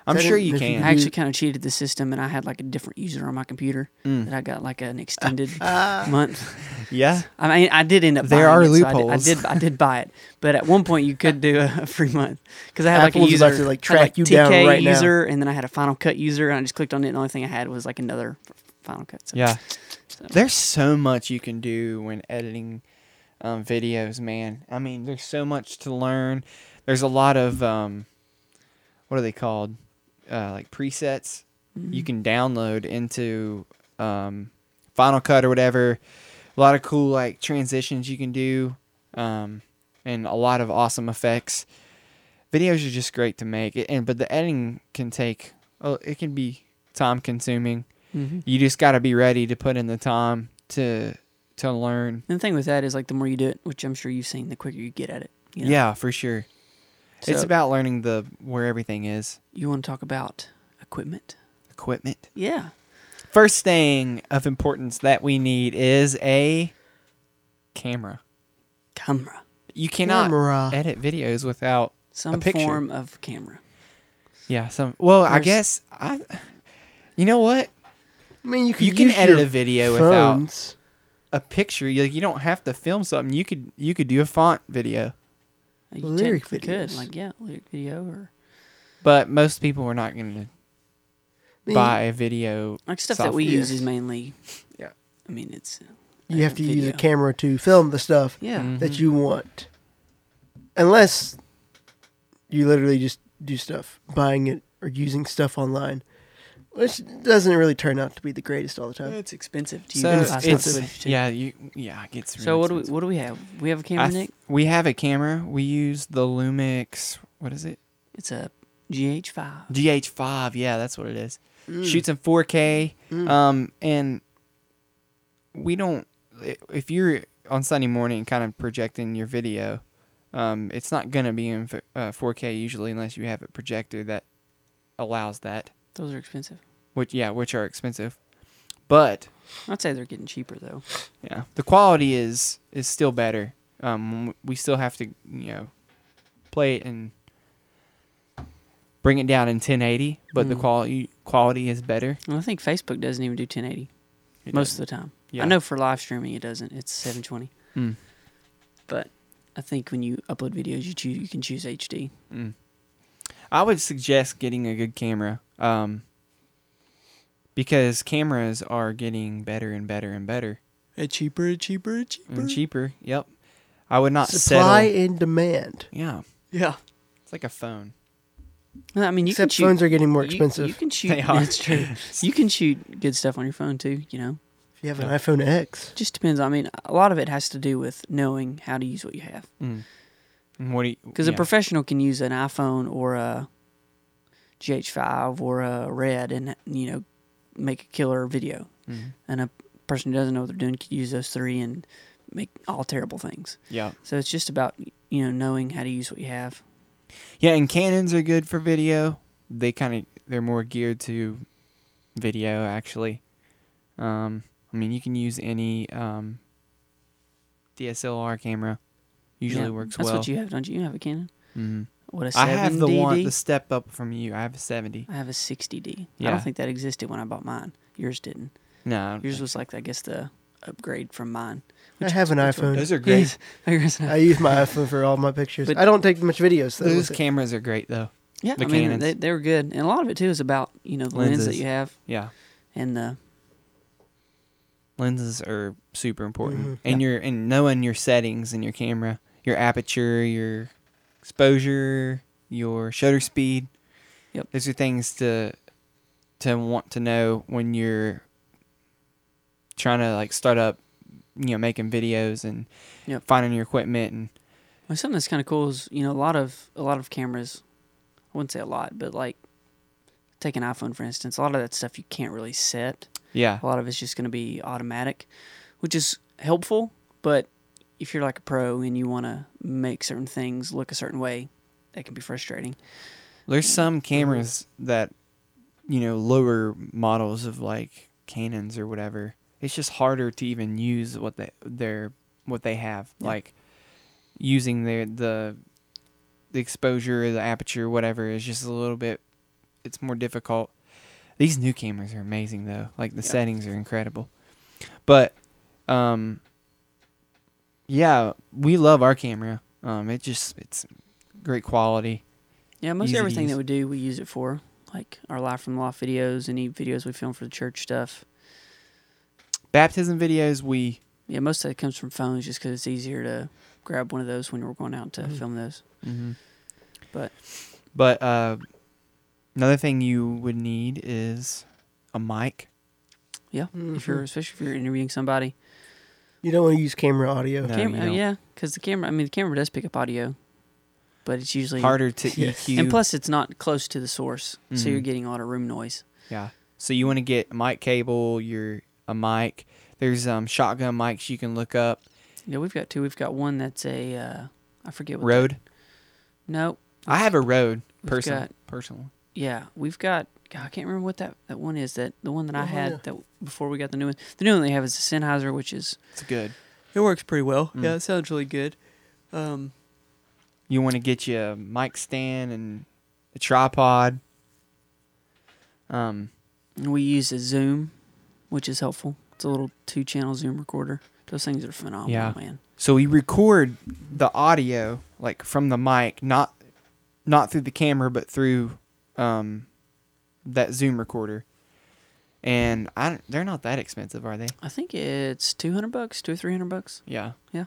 S1: I'm
S2: that
S1: sure
S2: is-
S1: you
S2: if you
S1: can.
S3: I actually kind of cheated the system, and I had like a different user on my computer
S1: Mm.
S3: that I got like an extended month.
S1: yeah.
S3: I mean, I did end up.
S1: Ah. There
S3: buying
S1: are
S3: it, so I did-
S1: loopholes.
S3: I, did, I did. buy it, but at one point you could do a free month because I had like a
S2: Apple's
S3: user
S2: about to, like,
S3: I had,
S2: track you down
S3: TK
S2: right now.
S3: user, and then I had a Final Cut user, and I just clicked on it, and the only thing I had was like another f- Final Cut. So,
S1: Yeah. There's so much you can do when editing um, videos, man. I mean, there's so much to learn. There's a lot of um, what are they called? Uh, like presets you
S3: Mm-hmm.
S1: can download into um, Final Cut or whatever. A lot of cool like transitions you can do, um, and a lot of awesome effects. Videos are just great to make, and but the editing can take. Oh, it can be time consuming
S3: Mhm.
S1: you just got to be ready to put in the time to to learn
S3: And the thing with that is like the more you do it, which I'm sure you've seen, the quicker you get at it. you
S1: yeah,
S3: know?
S1: for sure it's
S3: So-
S1: about learning the where everything is
S3: You want to talk about equipment?
S1: equipment
S3: Yeah.
S1: first thing of importance that we need is a camera
S3: Camera.
S1: you cannot
S2: Camera.
S1: edit videos without
S3: Some
S1: picture.
S3: form of camera.
S1: yeah some well i
S3: There's-
S1: guess i you know what
S2: I mean, you can,
S1: you can
S2: use
S1: edit
S2: your
S1: a video without
S2: phones.
S1: a picture you, you don't have to film something you could you could do a font video
S3: You
S2: Lyric
S3: technically could,
S2: videos.
S3: like yeah, lyric video or
S1: but most people are not going to
S2: I mean,
S1: buy a video
S3: like stuff that we
S1: software.
S3: use is mainly.
S1: Yeah.
S3: I mean, it's. uh,
S2: You have to use a
S3: video.
S2: camera to film the stuff
S3: Yeah.
S2: that you want. Unless you literally just do stuff, buying it or using stuff online, which doesn't really turn out to be the greatest all the time.
S3: It's expensive to
S1: So
S3: use.
S1: it's,
S3: expensive to-
S1: yeah, you yeah, it gets.
S3: So
S1: really
S3: what do we
S1: expensive.
S3: what do we have? We have a camera,
S1: I th-
S3: Nick.
S1: we have a camera. We use the Lumix. What is it?
S3: It's a GH5.
S1: GH5. Yeah, that's what it is.
S3: Mm.
S1: Shoots in 4K. Um, and we don't. i- If you're on Sunday morning, kind of projecting your video, um, it's not gonna be in f- uh, 4K usually, unless you have a projector that allows that.
S3: Those are expensive.
S1: Which yeah, which are expensive, but
S3: I'd say they're getting cheaper though.
S1: Yeah, the quality is is still better. Um, we still have to you know play it and bring it down in 1080, but the quality quality is better.
S3: And I think Facebook doesn't even do 1080
S1: It
S3: most
S1: does.
S3: of the time.
S1: Yeah.
S3: I know for live streaming it doesn't. It's 720.
S1: Hmm.
S3: But I think when you upload videos, you choose you can choose HD.
S1: I would suggest getting a good camera, um, because cameras are getting better and better and better
S3: And cheaper and cheaper and
S2: Mm-hmm.
S3: cheaper.
S1: and cheaper. Yep, I would not
S2: Supply
S1: settle.
S2: and demand.
S1: Yeah,
S3: Yeah.
S1: it's like a phone.
S3: I mean, you
S2: Except
S3: can shoot,
S2: phones are getting more
S3: you-
S2: expensive.
S3: You, can shoot.
S1: They are.
S3: That's true. You can shoot good stuff on your phone too. You know,
S2: If you have an iPhone X,
S3: just depends. I mean, a lot of it has to do with knowing how to use what you have.
S1: And what do you?
S3: Because
S1: yeah.
S3: a professional can use an iPhone or a GH5 or a Red and you know make a killer video,
S1: Mm-hmm.
S3: and a person who doesn't know what they're doing could use those three and make all terrible things.
S1: yeah,
S3: So it's just about you know knowing how to use what you have.
S1: yeah, and Canons are good for video. They kind of they're more geared to video actually. Um, I mean, you can use any um, DSLR camera. Usually
S3: Yeah,
S1: works
S3: That's
S1: well.
S3: what you have, don't you? You have a Canon.
S1: Mhm.
S3: What a
S1: I
S3: 7
S1: have the one the step up from you. I have a seventy.
S3: I have a 60D. I
S1: Yeah.
S3: don't think that existed when I bought mine. Yours didn't.
S1: No, I don't
S3: Yours
S1: think-
S3: was like I guess the upgrade from mine.
S2: I have an iPhone.
S1: those are great.
S3: Yes.
S2: I use my iPhone for all my pictures.
S3: But-
S2: I don't take much videos. Though,
S1: Those
S2: with it.
S1: cameras are great though.
S3: Yeah,
S1: The
S3: I mean
S1: Canons.
S3: they, they were good, and a lot of it too is about you know the lens that
S1: Lenses.
S3: you have
S1: Yeah,
S3: and the
S1: lenses are super important, and your and knowing your settings in your camera, your aperture, your exposure, your shutter speed.
S3: Yep.
S1: Those are things to to want to know when you're trying to like start up, you know, making videos and
S3: Yep.
S1: finding your equipment and
S3: well, something that's kind of cool is you know a lot of a lot of cameras. I wouldn't say a lot, but like take an iPhone for instance, a lot of that stuff you can't really set.
S1: yeah,
S3: A lot of it's just going to be automatic, which is helpful. But if you're like a pro and you want to make certain things look a certain way, that can be frustrating.
S1: There's some cameras that, you know, lower models of like Canons or whatever. It's just harder to even use what they their what they have. Like using their the the exposure, the aperture, whatever is just a little bit. It's more difficult. These new cameras are amazing though. Like the settings are incredible. But, um, yeah, we love our camera. Um, it just it's great quality.
S3: Yeah, most
S1: Easy to
S3: everything
S1: use.
S3: that we do, we use it for like our live from loft videos, any videos we film for the church stuff.
S1: baptism videos we
S3: Yeah, most of that comes from phones just because it's easier to grab one of those when we're going out to
S1: Mm.
S3: film those. But
S1: Mm-hmm. but uh another thing you would need is a mic
S3: yeah, if
S1: Mm-hmm.
S3: you're especially if you're interviewing somebody,
S2: You don't want to use camera audio.
S1: No, you
S3: camera,
S1: don't.
S3: yeah, because the camera. I mean, the camera does pick up audio, but it's usually
S1: harder to E
S2: Yes.
S1: eq
S3: And plus, it's not close to the source, so you're getting a lot of room noise.
S1: yeah so you want to get a mic cable your a mic there's um shotgun mics you can look up
S3: Yeah, we've got two. We've got one that's a uh, I forget what the-
S1: Rode.
S3: no,
S1: i have a Rode personal
S3: got-
S1: personal
S3: yeah, we've got. God, I can't remember what that, that one is. That the one that I had
S2: yeah.
S3: that before we got the new one. The new one they have is the Sennheiser, which is
S1: it's good
S3: it works pretty well.
S1: Mm.
S3: Yeah, it sounds really good. Um,
S1: you want to get you a mic stand and a tripod um
S3: and we use a Zoom, which is helpful. It's a little two channel Zoom recorder. Those things are phenomenal,
S1: Yeah.
S3: man.
S1: So we record the audio like from the mic, not not through the camera, but through um, that Zoom recorder. And I don't- they're not that expensive, are they?
S3: I think it's two hundred bucks, two or three hundred bucks.
S1: Yeah.
S3: Yeah.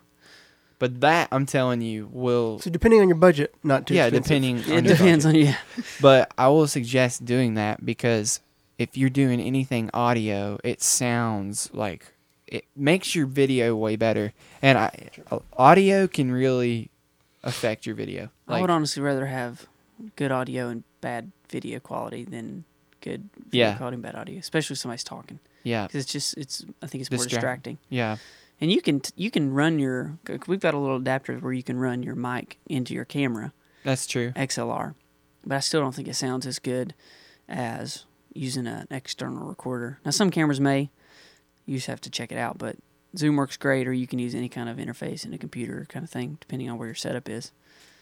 S1: But that I'm telling you will
S2: So depending on your budget, not too
S1: yeah
S2: expensive.
S1: depending
S3: It
S1: on your
S3: depends
S1: budget.
S3: on you.
S1: But I will suggest doing that because if you're doing anything audio, it sounds like it makes your video way better, and I audio can really affect your video.
S3: I
S1: Like,
S3: would honestly rather have good audio and bad video quality than good video
S1: Yeah.
S3: quality and bad audio, especially if somebody's talking.
S1: yeah,
S3: Because it's just it's I think it's more
S1: Distract-
S3: distracting.
S1: Yeah.
S3: And you can t- you can run your c- we've got a little adapter where you can run your mic into your camera
S1: That's true.
S3: XLR, but I still don't think it sounds as good as using an external recorder. Now some cameras may, you just have to check it out. But Zoom works great, or you can use any kind of interface in a computer kind of thing, depending on where your setup is.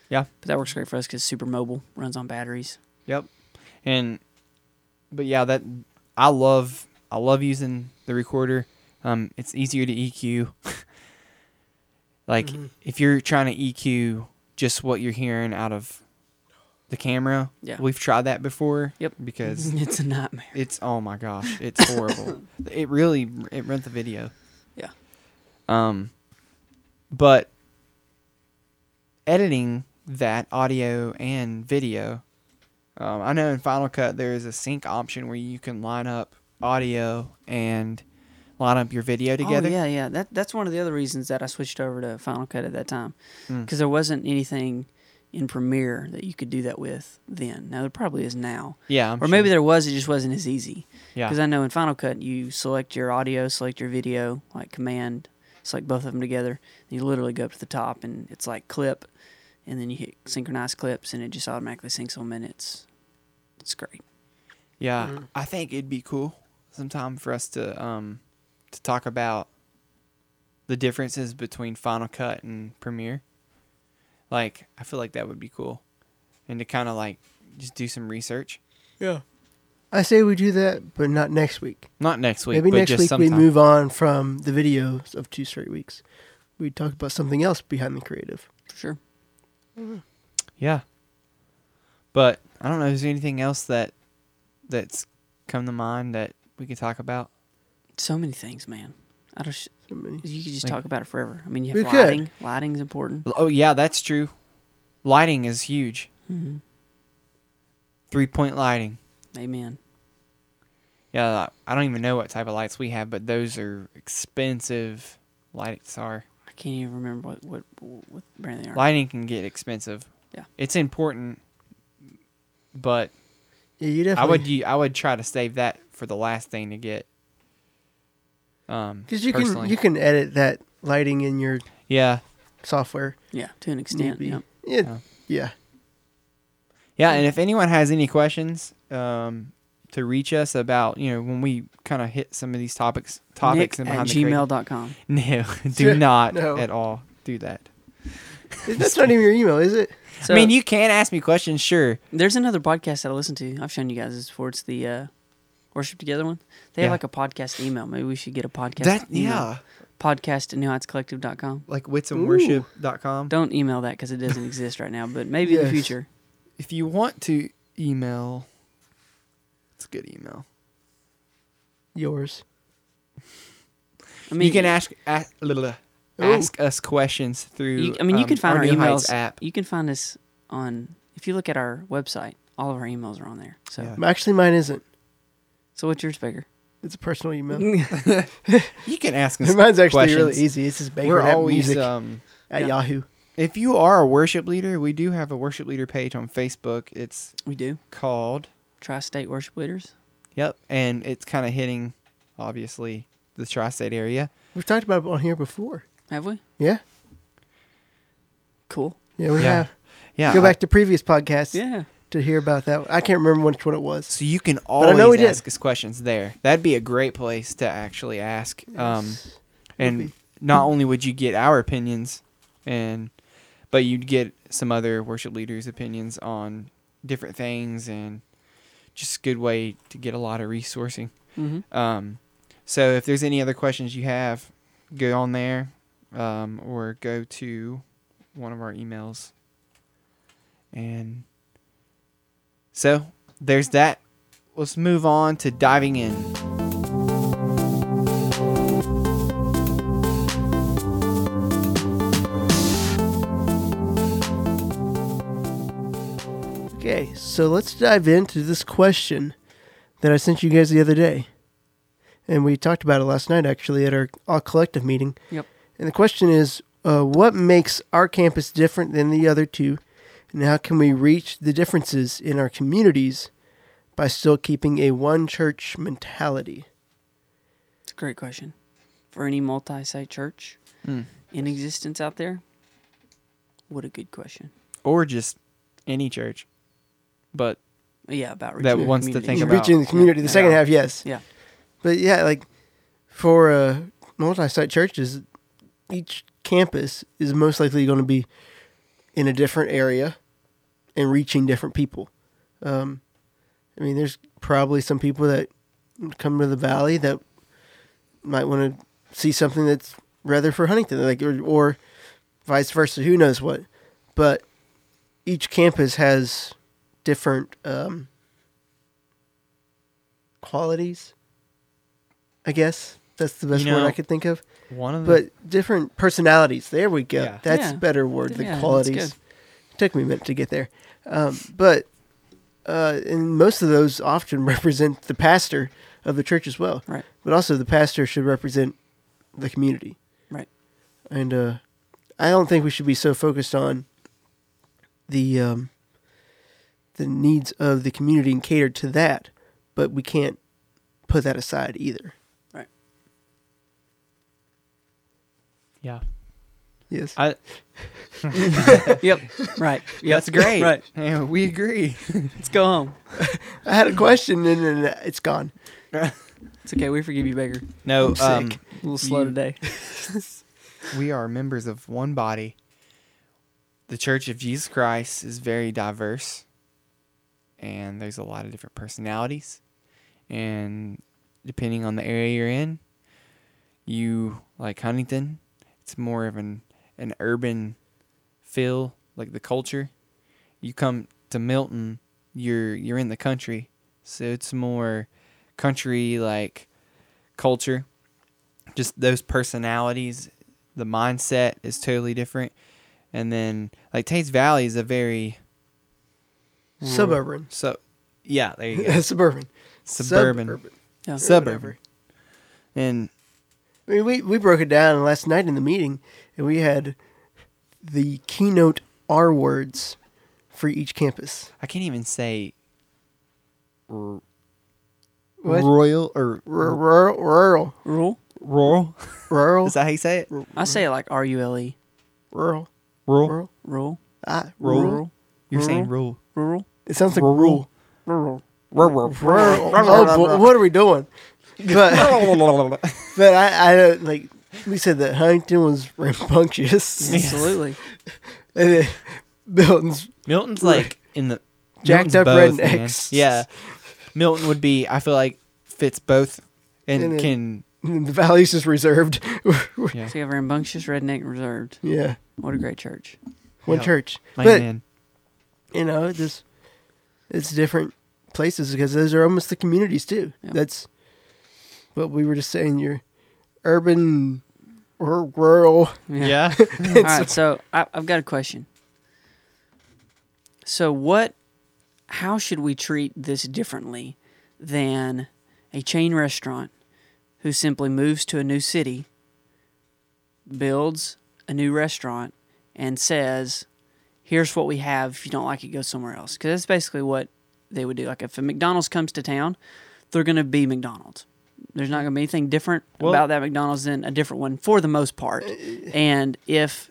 S1: Yeah.
S3: But that works great for us because super mobile runs on batteries.
S1: Yep. And but yeah, that I love I love using the recorder. Um it's easier to EQ. like
S3: Mm-hmm.
S1: if you're trying to EQ just what you're hearing out of the camera.
S3: Yeah.
S1: We've tried that before.
S3: Yep.
S1: Because
S3: It's a nightmare.
S1: it's oh my gosh, it's horrible. it really it runs the video.
S3: Yeah.
S1: Um, but editing that audio and video, Um, I know in Final Cut there is a sync option where you can line up audio and line up your video together.
S3: Oh, yeah, yeah. That that's one of the other reasons that I switched over to Final Cut at that time,
S1: Mm.
S3: because there wasn't anything in Premiere that you could do that with then. Now there probably is now.
S1: Yeah, I'm
S3: or maybe there was. It just wasn't as easy.
S1: Yeah.
S3: Because I know in Final Cut you select your audio, select your video, like command, select both of them together. And you literally go up to the top and it's like clip, and then you hit synchronize clips and it just automatically syncs them and it's it's great.
S1: Yeah,
S3: Mm-hmm.
S1: I think it'd be cool sometime for us to um to talk about the differences between Final Cut and Premiere. Like, I feel like that would be cool, and to kind of like just do some research.
S5: Yeah.
S2: I say we do that, but not next week.
S1: Not next week,
S2: Maybe
S1: but
S2: next
S1: just
S2: week
S1: sometime.
S2: we move on from the videos of two straight weeks. We talk about something else behind the creative.
S3: For sure.
S1: Yeah. But I don't know. Is there anything else that that's come to mind that we could talk about?
S3: So many things, man. I just
S2: So many-
S3: you could just
S1: Like-
S3: talk about it forever. I mean, you
S2: We
S3: have
S2: could.
S3: lighting. Lighting's important.
S1: L- Oh yeah, that's true. Lighting is huge. Three point lighting.
S3: Amen.
S1: Yeah, I don't even know what type of lights we have, but those are expensive. Lights are
S3: I can't even remember what what what brand they are.
S1: lighting can get expensive.
S3: Yeah.
S1: it's important, but
S2: Yeah, you definitely.
S1: I would u- I would try to save that for the last thing to get. Um,
S2: because you
S1: personally.
S2: can you can edit that lighting in your
S1: yeah,
S2: software.
S3: yeah, to an
S2: if need
S3: extent.
S2: be.
S3: Yeah.
S2: Yeah,
S1: Yeah.
S2: yeah.
S1: Yeah, and if anyone has any questions um, to reach us about, you know, when we kind of hit some of these topics, topics
S3: Nick
S1: and
S3: at
S1: behind the curtain-
S3: gmail.com.
S1: No, do not
S2: No.
S1: at all do that.
S2: That's not even your email, is it?
S3: So,
S1: I mean, you can ask me questions, sure.
S3: There's another podcast that I listen to. I've shown you guys this before. It's the uh, Worship Together one. They
S1: Yeah.
S3: have like a podcast email. Maybe we should get a podcast.
S1: That
S3: email.
S1: yeah,
S3: Podcast at newheightscollective.com.
S1: like witsandworship.com.
S3: Don't email that because it doesn't exist right now, but maybe in the
S2: Yes.
S3: future.
S1: If you want to email, it's a good email.
S2: Yours.
S3: I mean,
S1: you can ask ask, ask us questions through.
S3: you- I mean, you
S1: um,
S3: can find our,
S1: New Heights
S3: emails.
S1: app.
S3: You can find us on, if you look at our website, all of our emails are on there. So,
S1: Yeah.
S2: Actually, mine isn't.
S3: so what's yours, Baker?
S2: It's a personal email.
S3: Mm.
S1: You can ask us.
S2: Mine's actually really
S1: questions.
S2: easy. It's just Baker
S1: We're
S2: at
S1: always
S2: music
S1: um,
S2: at
S3: yeah.
S2: Yahoo.
S1: If you are a worship leader, we do have a worship leader page on Facebook. It's
S3: We do.
S1: called
S3: Tri State Worship Leaders.
S1: Yep, and it's kind of hitting obviously the tri-state area.
S2: We've talked about it on here before.
S3: Have we?
S2: Yeah,
S3: Cool.
S2: yeah, we
S1: Yeah.
S2: have.
S1: Yeah.
S2: Go
S1: I-
S2: back to previous podcasts
S3: Yeah.
S2: to hear about that. I can't remember which one it was.
S1: so you can
S2: I
S1: always
S2: know we did.
S1: ask us questions there. That'd be a great place to actually ask. Um and not only would you get our opinions and but you'd get some other worship leaders' opinions on different things and just a good way to get a lot of resourcing.
S3: hmm
S1: Um, so if there's any other questions you have, go on there um, or go to one of our emails. And so there's that. Let's move on to diving in.
S2: Okay, so let's dive into this question that I sent you guys the other day, and we talked about it last night actually at our all collective meeting.
S3: Yep.
S2: And the question is, uh, what makes our campus different than the other two, and how can we reach the differences in our communities by still keeping a one church mentality?
S3: It's a great question. For any multi site church
S1: Hmm.
S3: in existence out there, what a good question.
S1: Or just any church. But
S3: Yeah, about
S1: That
S3: reaching the
S1: wants to
S3: community.
S1: think about-
S2: reaching the community. The second half, yes,
S3: Yeah.
S2: but yeah, like for uh, multi-site churches, each campus is most likely going to be in a different area and reaching different people. Um, I mean, there's probably some people that come to the valley that might want to see something that's rather for Huntington, like or, or vice versa. Who knows what? But each campus has different um, qualities. I guess that's the best
S1: You
S2: word
S1: know,
S2: I could think of.
S1: one of the.
S2: But different personalities. There we go.
S1: Mm-hmm. Yeah.
S2: That's
S3: Yeah.
S2: a better word than
S3: Yeah, that's
S2: qualities.
S3: good.
S2: Took me a minute to get there. Um, but uh, and most of those often represent the pastor of the church as well.
S3: Right.
S2: But also, the pastor should represent the community.
S3: Right.
S2: and uh, I don't think we should be so focused on the um, the needs of the community and cater to that, but we can't put that aside either.
S3: Right.
S1: Yeah.
S2: Yes,
S1: I,
S3: Yep. Right. Yep.
S1: that's great.
S3: Right.
S1: Yeah, we agree.
S3: Let's go home.
S2: I had a question and then it's gone.
S3: It's okay. We forgive you, Baker.
S1: No,
S2: I'm
S1: um,
S2: sick.
S3: A little slow
S1: You-
S3: today.
S1: we are members of one body. The Church of Jesus Christ is very diverse, and there's a lot of different personalities. And depending on the area you're in, you like Huntington, it's more of an, an urban feel, like the culture. You come to Milton, you're you're in the country, so it's more country like culture. Just those personalities the mindset is totally different. And then like Tate's Valley is a very
S2: Suburban,
S1: so yeah, there you go.
S2: suburban,
S1: Suburban.
S2: Suburban.
S3: Yeah.
S1: Suburban. And
S2: I mean, we we broke it down last night in the meeting, and we had the keynote R words for each campus.
S1: I can't even say r-
S2: What?
S1: royal or
S2: Rural, rural,
S3: Rule.
S1: rural.
S2: rural,
S1: Is that how you say it?
S3: I say it like R U L E.
S2: rural,
S1: Rural.
S2: rural,
S3: Rule.
S2: ah,
S1: Rural.
S2: rural.
S1: You're saying rule.
S3: Rural.
S2: It sounds like
S1: Rural.
S2: rule.
S3: Rural.
S1: Rural.
S2: Oh, boy, what are we doing? But but I, I don't like we said that Huntington was rambunctious.
S3: Absolutely.
S2: And then Milton's
S1: Milton's like in the
S2: Jacked
S1: Milton's
S2: up
S1: both, man.
S2: rednecks.
S1: Yeah, Milton would be. I feel like fits both and,
S2: And then-
S1: can
S2: the valley's just reserved.
S1: Yeah.
S3: So you have rambunctious, redneck, and reserved.
S2: yeah,
S3: What a great church.
S2: one
S1: Yeah.
S2: church.
S1: man.
S2: but you know, it just it's different places because those are almost the communities too.
S3: Yeah.
S2: That's what we were just saying. Your urban, r- rural.
S1: Yeah.
S3: All right. So I, I've got a question. So what? How should we treat this differently than a chain restaurant who simply moves to a new city, builds a new restaurant, and says, "Here's what we have. If you don't like it, go somewhere else." Because that's basically what they would do. Like if a McDonald's comes to town, they're going to be McDonald's. There's not going to be anything different about that McDonald's than a different one for the most part.
S1: Uh,
S3: And if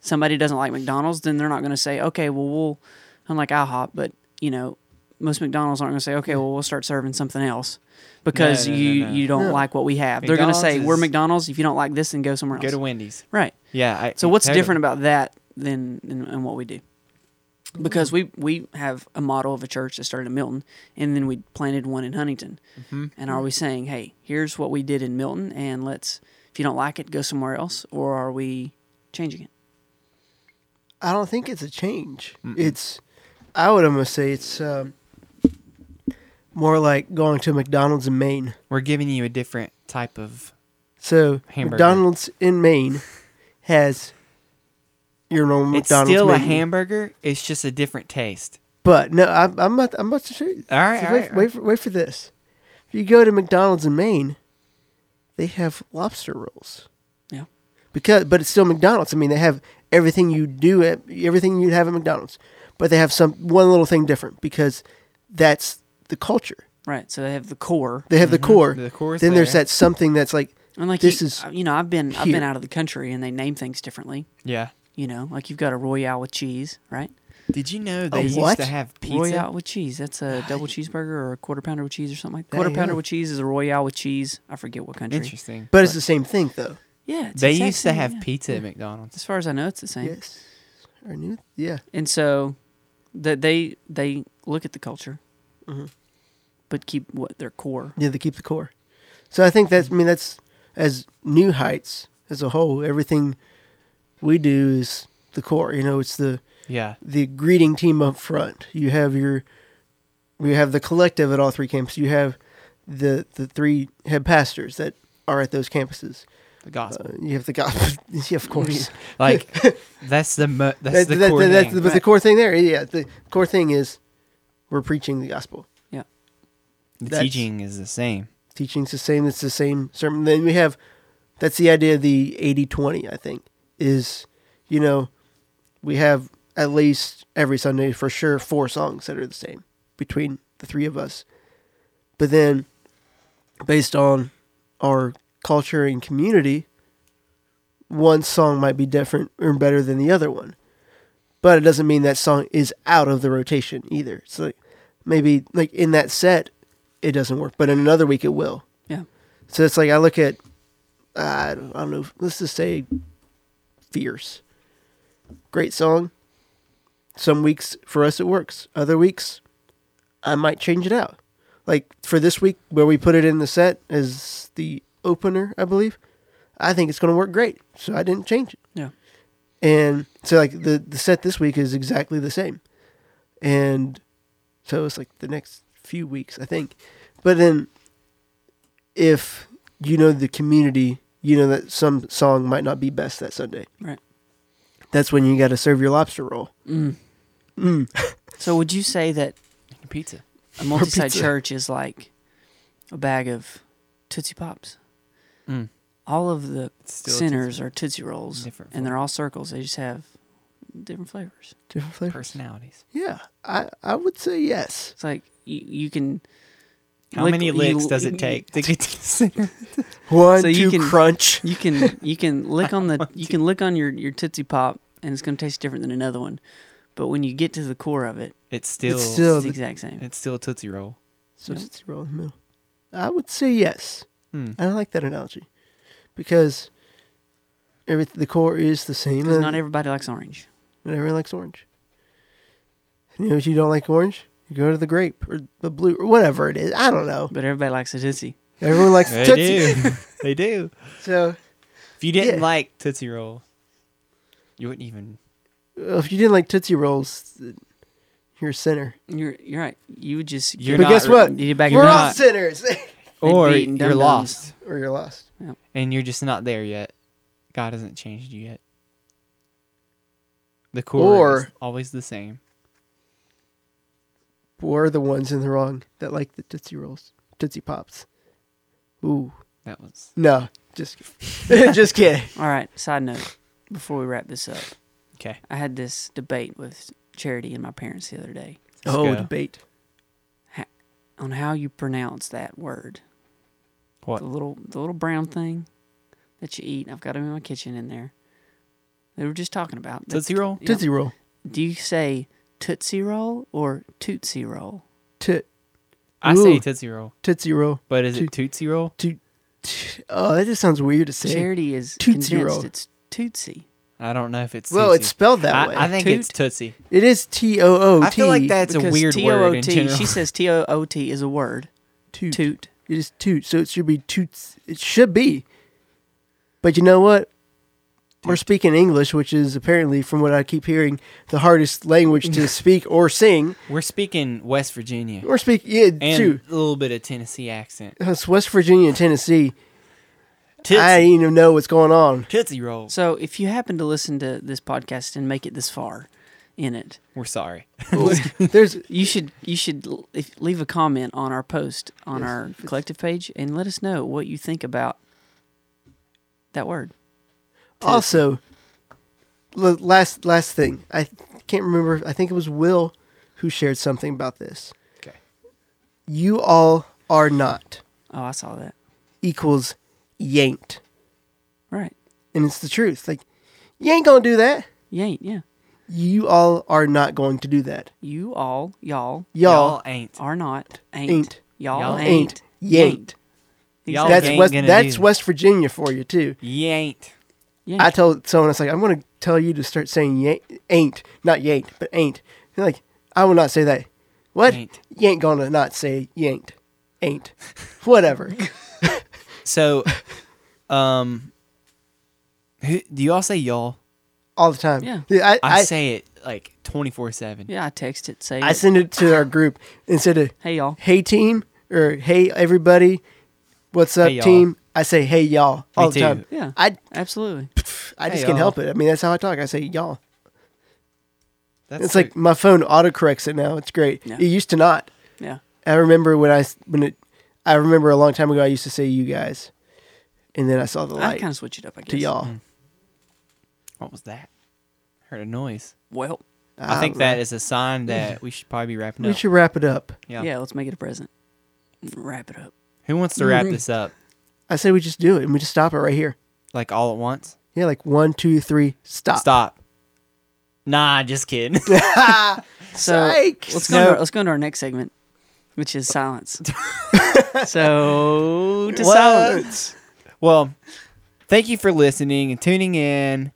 S3: somebody doesn't like McDonald's, then they're not going to say, okay, well, we'll, unlike IHOP, but you know, most McDonald's aren't going to say, okay, well, we'll start serving something else because
S1: no, no,
S3: you
S1: no.
S3: you don't like what we have. they're going to say,
S1: McDonald's
S3: we're
S1: is-
S3: McDonald's. If you don't like this, then go somewhere
S1: Go
S3: else.
S1: to Wendy's.
S3: right.
S1: Yeah. I,
S3: So what's
S1: totally.
S3: different about that than than than what we do? Because we we have a model of a church that started in Milton, and then we planted one in Huntington.
S2: Mm-hmm.
S3: And are we saying, hey, here's what we did in Milton, and let's if you don't like it, go somewhere else, or are we changing it?
S2: I don't think it's a change. It's, I would almost say it's um, more like going to McDonald's in Maine.
S1: We're giving you a different type of.
S2: So
S1: Hamburger.
S2: McDonald's in Maine has your normal
S1: It's
S2: McDonald's
S1: still a
S2: menu,
S1: hamburger. It's just a different taste.
S2: But no, I'm, I'm about I'm about to show you.
S1: All right,
S2: So
S1: all
S2: wait,
S1: right, all
S2: wait, For, wait for this. If you go to McDonald's in Maine, they have lobster rolls
S3: Yeah,
S2: because, but it's still McDonald's. I mean, they have everything you do at everything you have at McDonald's, but they have some one little thing different because that's the culture.
S3: right. So they have the core.
S2: They have the core.
S1: Mm-hmm. The core's
S2: Then there's
S1: there.
S2: that something that's like,
S3: And like
S2: this
S3: you,
S2: is
S3: you know, I've been I've
S2: here.
S3: been out of the country, and they name things differently.
S1: Yeah.
S3: You know, like you've got a royale with cheese, right?
S1: Did you know they used
S2: what?
S1: to have pizza?
S3: Royale with cheese. That's a double cheeseburger or a quarter pounder with cheese or something like that.
S2: There
S3: Quarter
S2: you
S3: pounder
S2: go.
S3: with cheese is a royale with cheese. I forget what country.
S1: Interesting.
S2: but it's the same thing though.
S3: Yeah, it's
S1: they
S3: exact
S1: used to
S3: same,
S1: have
S3: yeah.
S1: pizza at McDonald's.
S3: As far as I know, it's the same.
S2: Yes, or new. Yeah,
S3: And so that they they look at the culture,
S1: Mm-hmm.
S3: but keep what their core.
S2: yeah. They keep the core. So I think that's. I mean, that's as new heights as a whole. Everything we do is the core. You know, it's the
S1: Yeah.
S2: the greeting team up front. You have your, you have the collective at all three campuses. You have the the three head pastors that are at those campuses.
S1: The gospel.
S2: Uh, you have the gospel. yeah, of course.
S1: like that's the mo- that's
S2: That-
S1: the
S2: that-
S1: core
S2: that- that's
S1: thing.
S2: the- but the core thing there, yeah, the core thing is We're preaching the gospel.
S3: Yeah.
S1: The
S2: That's-
S1: teaching is the same.
S2: Teaching's the same. It's the same sermon. Then we have that's the idea of the 80 20, I think, is, you know, we have at least every Sunday for sure four songs that are the same between the three of us. But then, based on our culture and community, one song might be different or better than the other one. But it doesn't mean that song is out of the rotation either. It's like maybe like in that set, it doesn't work, but in another week it will.
S3: Yeah.
S2: So it's like I look at, uh, I don't I don't know. Let's just say, fierce. Great song. Some weeks for us it works. Other weeks, I might change it out. Like for this week, where we put it in the set as the opener, I believe. I think it's going to work great, so I didn't change it.
S3: Yeah.
S2: And so like the the set this week is exactly the same, and so it's like the next few weeks I think. But then if you know the community, you know that some song might not be best that Sunday.
S3: Right.
S2: That's when you got to serve your lobster roll.
S3: Mm.
S2: Mm.
S3: So would you say that
S1: Pizza.
S3: a multi-site
S2: pizza.
S3: church is like a bag of Tootsie Pops? All of the
S1: Mm. still a
S3: centers are Tootsie Rolls,
S1: Different
S3: and they're all circles. They just have different flavors.
S2: Different flavor.
S1: Personalities.
S2: Yeah, I I would say yes.
S3: It's like you, you can.
S1: How
S3: lick-
S1: many
S3: you-
S1: licks does
S3: you-
S1: it take to get to the center?
S2: One,
S3: So
S2: two,
S3: you can-
S2: crunch.
S3: You can you can lick on the you can lick on your your Tootsie Pop, and it's going to taste different than another one. But when you get to the core of it,
S1: It's still
S2: It's
S1: it's
S2: still-
S1: still,
S3: it's
S2: the-
S3: the exact same.
S1: a Tootsie Roll.
S2: So Tootsie Roll in the middle. I would say yes.
S1: Hmm.
S2: I like that analogy because every the core is the same.
S3: Because
S2: and
S3: not everybody likes orange.
S2: and everyone likes orange. And you know, if you don't like orange, you go to the grape or the blue or whatever it is. I don't know.
S3: But everybody likes a Tootsie.
S2: Everyone likes
S1: They
S2: Tootsie.
S1: do. they do.
S2: So
S1: If you didn't
S2: Yeah.
S1: like Tootsie Roll, you wouldn't even.
S2: Uh, if you didn't like Tootsie Rolls, you're a sinner.
S3: You're you're right. You would just
S1: You're
S2: but
S1: not
S2: guess
S1: re-
S2: what?
S3: you back
S2: We're
S3: your
S2: all
S3: butt.
S2: sinners.
S1: Or
S3: beating
S1: you're
S3: dum-dums.
S1: lost,
S2: or you're lost.
S1: and you're just not there yet. God hasn't changed you yet. The core is
S2: Or-
S1: always the same.
S2: We're the ones in the wrong that like the Tootsie Rolls, Tootsie Pops. Ooh,
S1: That was
S2: no, just kidding. just kidding.
S3: All right. Side note. Before we wrap this up,
S1: okay.
S3: I had this debate with Charity and my parents the other day
S1: Let's
S2: oh,
S1: go.
S2: debate.
S3: on how you pronounce that word.
S1: What?
S3: The little the little brown thing that you eat. I've got them in my kitchen in there. They were just talking about that-
S1: Tootsie Roll?
S3: Yeah.
S2: Tootsie Roll.
S3: Do you say Tootsie Roll or Tootsie Roll?
S2: Toot.
S1: I say
S2: Ooh.
S1: Tootsie Roll,
S2: Tootsie Roll.
S1: but is
S2: Toot-
S1: it Tootsie Roll?
S2: Toot. t- Oh, that just sounds weird to say.
S3: Charity is
S2: Tootsie
S3: convinced
S2: Roll.
S3: it's Tootsie.
S1: I don't know if it's.
S2: Well,
S1: Tootsie.
S2: it's spelled that way.
S1: I, I think
S3: Toot?
S1: it's Tootsie.
S2: It is T O O T.
S1: I feel like that's a
S3: Because
S1: weird word in
S3: T-O-O-T
S1: general.
S3: She says T O O T is a word.
S2: toot.
S3: Toot.
S2: It is toot. So it should be toots. It should be. But you know what? We're speaking English, which is apparently, from what I keep hearing, the hardest language to speak or sing
S1: We're speaking West Virginia
S2: or speak. Yeah,
S1: and
S2: too.
S1: a little bit of Tennessee accent.
S2: It's West Virginia and Tennessee. I
S1: Tootsie,
S2: didn't even know what's going on.
S1: Tootsie Roll.
S3: So if you happen to listen to this podcast and make it this far in it,
S1: We're sorry.
S2: There's
S3: you should you should l- if, leave a comment on our post on our collective page and let us know what you think about that word.
S2: also l- last last thing. I can't remember. I think it was Will who shared something about this.
S1: Okay.
S2: You all are not
S3: Oh, I saw that.
S2: equals yanked.
S3: Right.
S2: and it's the truth. Like, you ain't gonna do that.
S3: You ain't, yeah.
S2: You all are not going to do that.
S3: You all, y'all,
S1: Oh.
S2: Y'all,
S1: ain't.
S3: are not, ain't,
S2: Ain't.
S3: y'all,
S1: Y'all
S3: ain't,
S2: ain't yanked.
S1: Y'all
S2: That's
S1: ain't
S2: West.
S1: gonna
S2: That's
S1: do
S2: West Virginia for you too.
S1: that. You ain't.
S3: yanked.
S2: I told someone, I was like, I'm gonna tell you to start saying yank, ain't, not yanked, but ain't. They're like, I will not say that. What?
S1: Ain't.
S2: You ain't gonna not say yanked, ain't, whatever.
S1: So, um, who, do y'all say y'all?
S2: all the time.
S3: Yeah.
S1: I,
S2: I, I,
S1: say it like twenty four seven.
S3: yeah, I text it, say,
S2: I
S3: it.
S2: send it to our group instead of
S3: hey, y'all.
S2: hey team or hey everybody, what's up
S1: Hey, y'all.
S2: team? I say hey y'all all the
S1: too.
S2: time.
S3: Yeah.
S2: I
S3: Absolutely.
S2: I
S1: Hey,
S2: just can't
S1: y'all.
S2: help it. I mean, that's how I talk. I say y'all.
S1: That's
S2: It's like my phone autocorrects it now. It's great.
S3: Yeah.
S2: It used to not.
S3: Yeah.
S2: I remember when I s- when it. I remember a long time ago I used to say you guys, and then I saw the
S3: I
S2: light
S3: kind of switch it up, I guess.
S2: to y'all.
S1: what was that? heard a noise.
S3: Well,
S1: I think
S2: don't
S1: that is a sign that we should probably be wrapping
S2: know. Ah, we
S1: up.
S2: should wrap it up.
S1: Yeah.
S3: yeah. let's make it a present. Wrap it up.
S1: Who wants to wrap this up?
S2: I say we just do it and we just stop it right here.
S1: Like all at once?
S2: Yeah, like one, two, three, stop.
S1: Stop. Nah, just kidding.
S3: So
S2: Psych!
S3: let's go. into our, let's go into our next segment, which is silence. so to
S1: What?
S3: silence.
S1: well, thank you for listening and tuning in.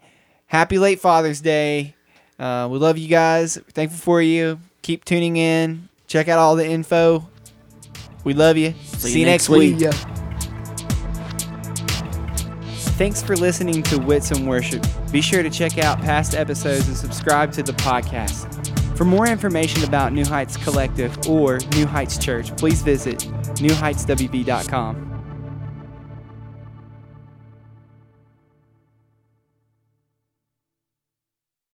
S1: Happy late Father's Day. Uh, we love you guys. We're thankful for you. Keep tuning in. Check out all the info. We love you. See, you next week.
S2: Yeah.
S1: Thanks for listening to Whitson Worship. Be sure to check out past episodes and subscribe to the podcast. For more information about New Heights Collective or New Heights Church, please visit newheightswb.com.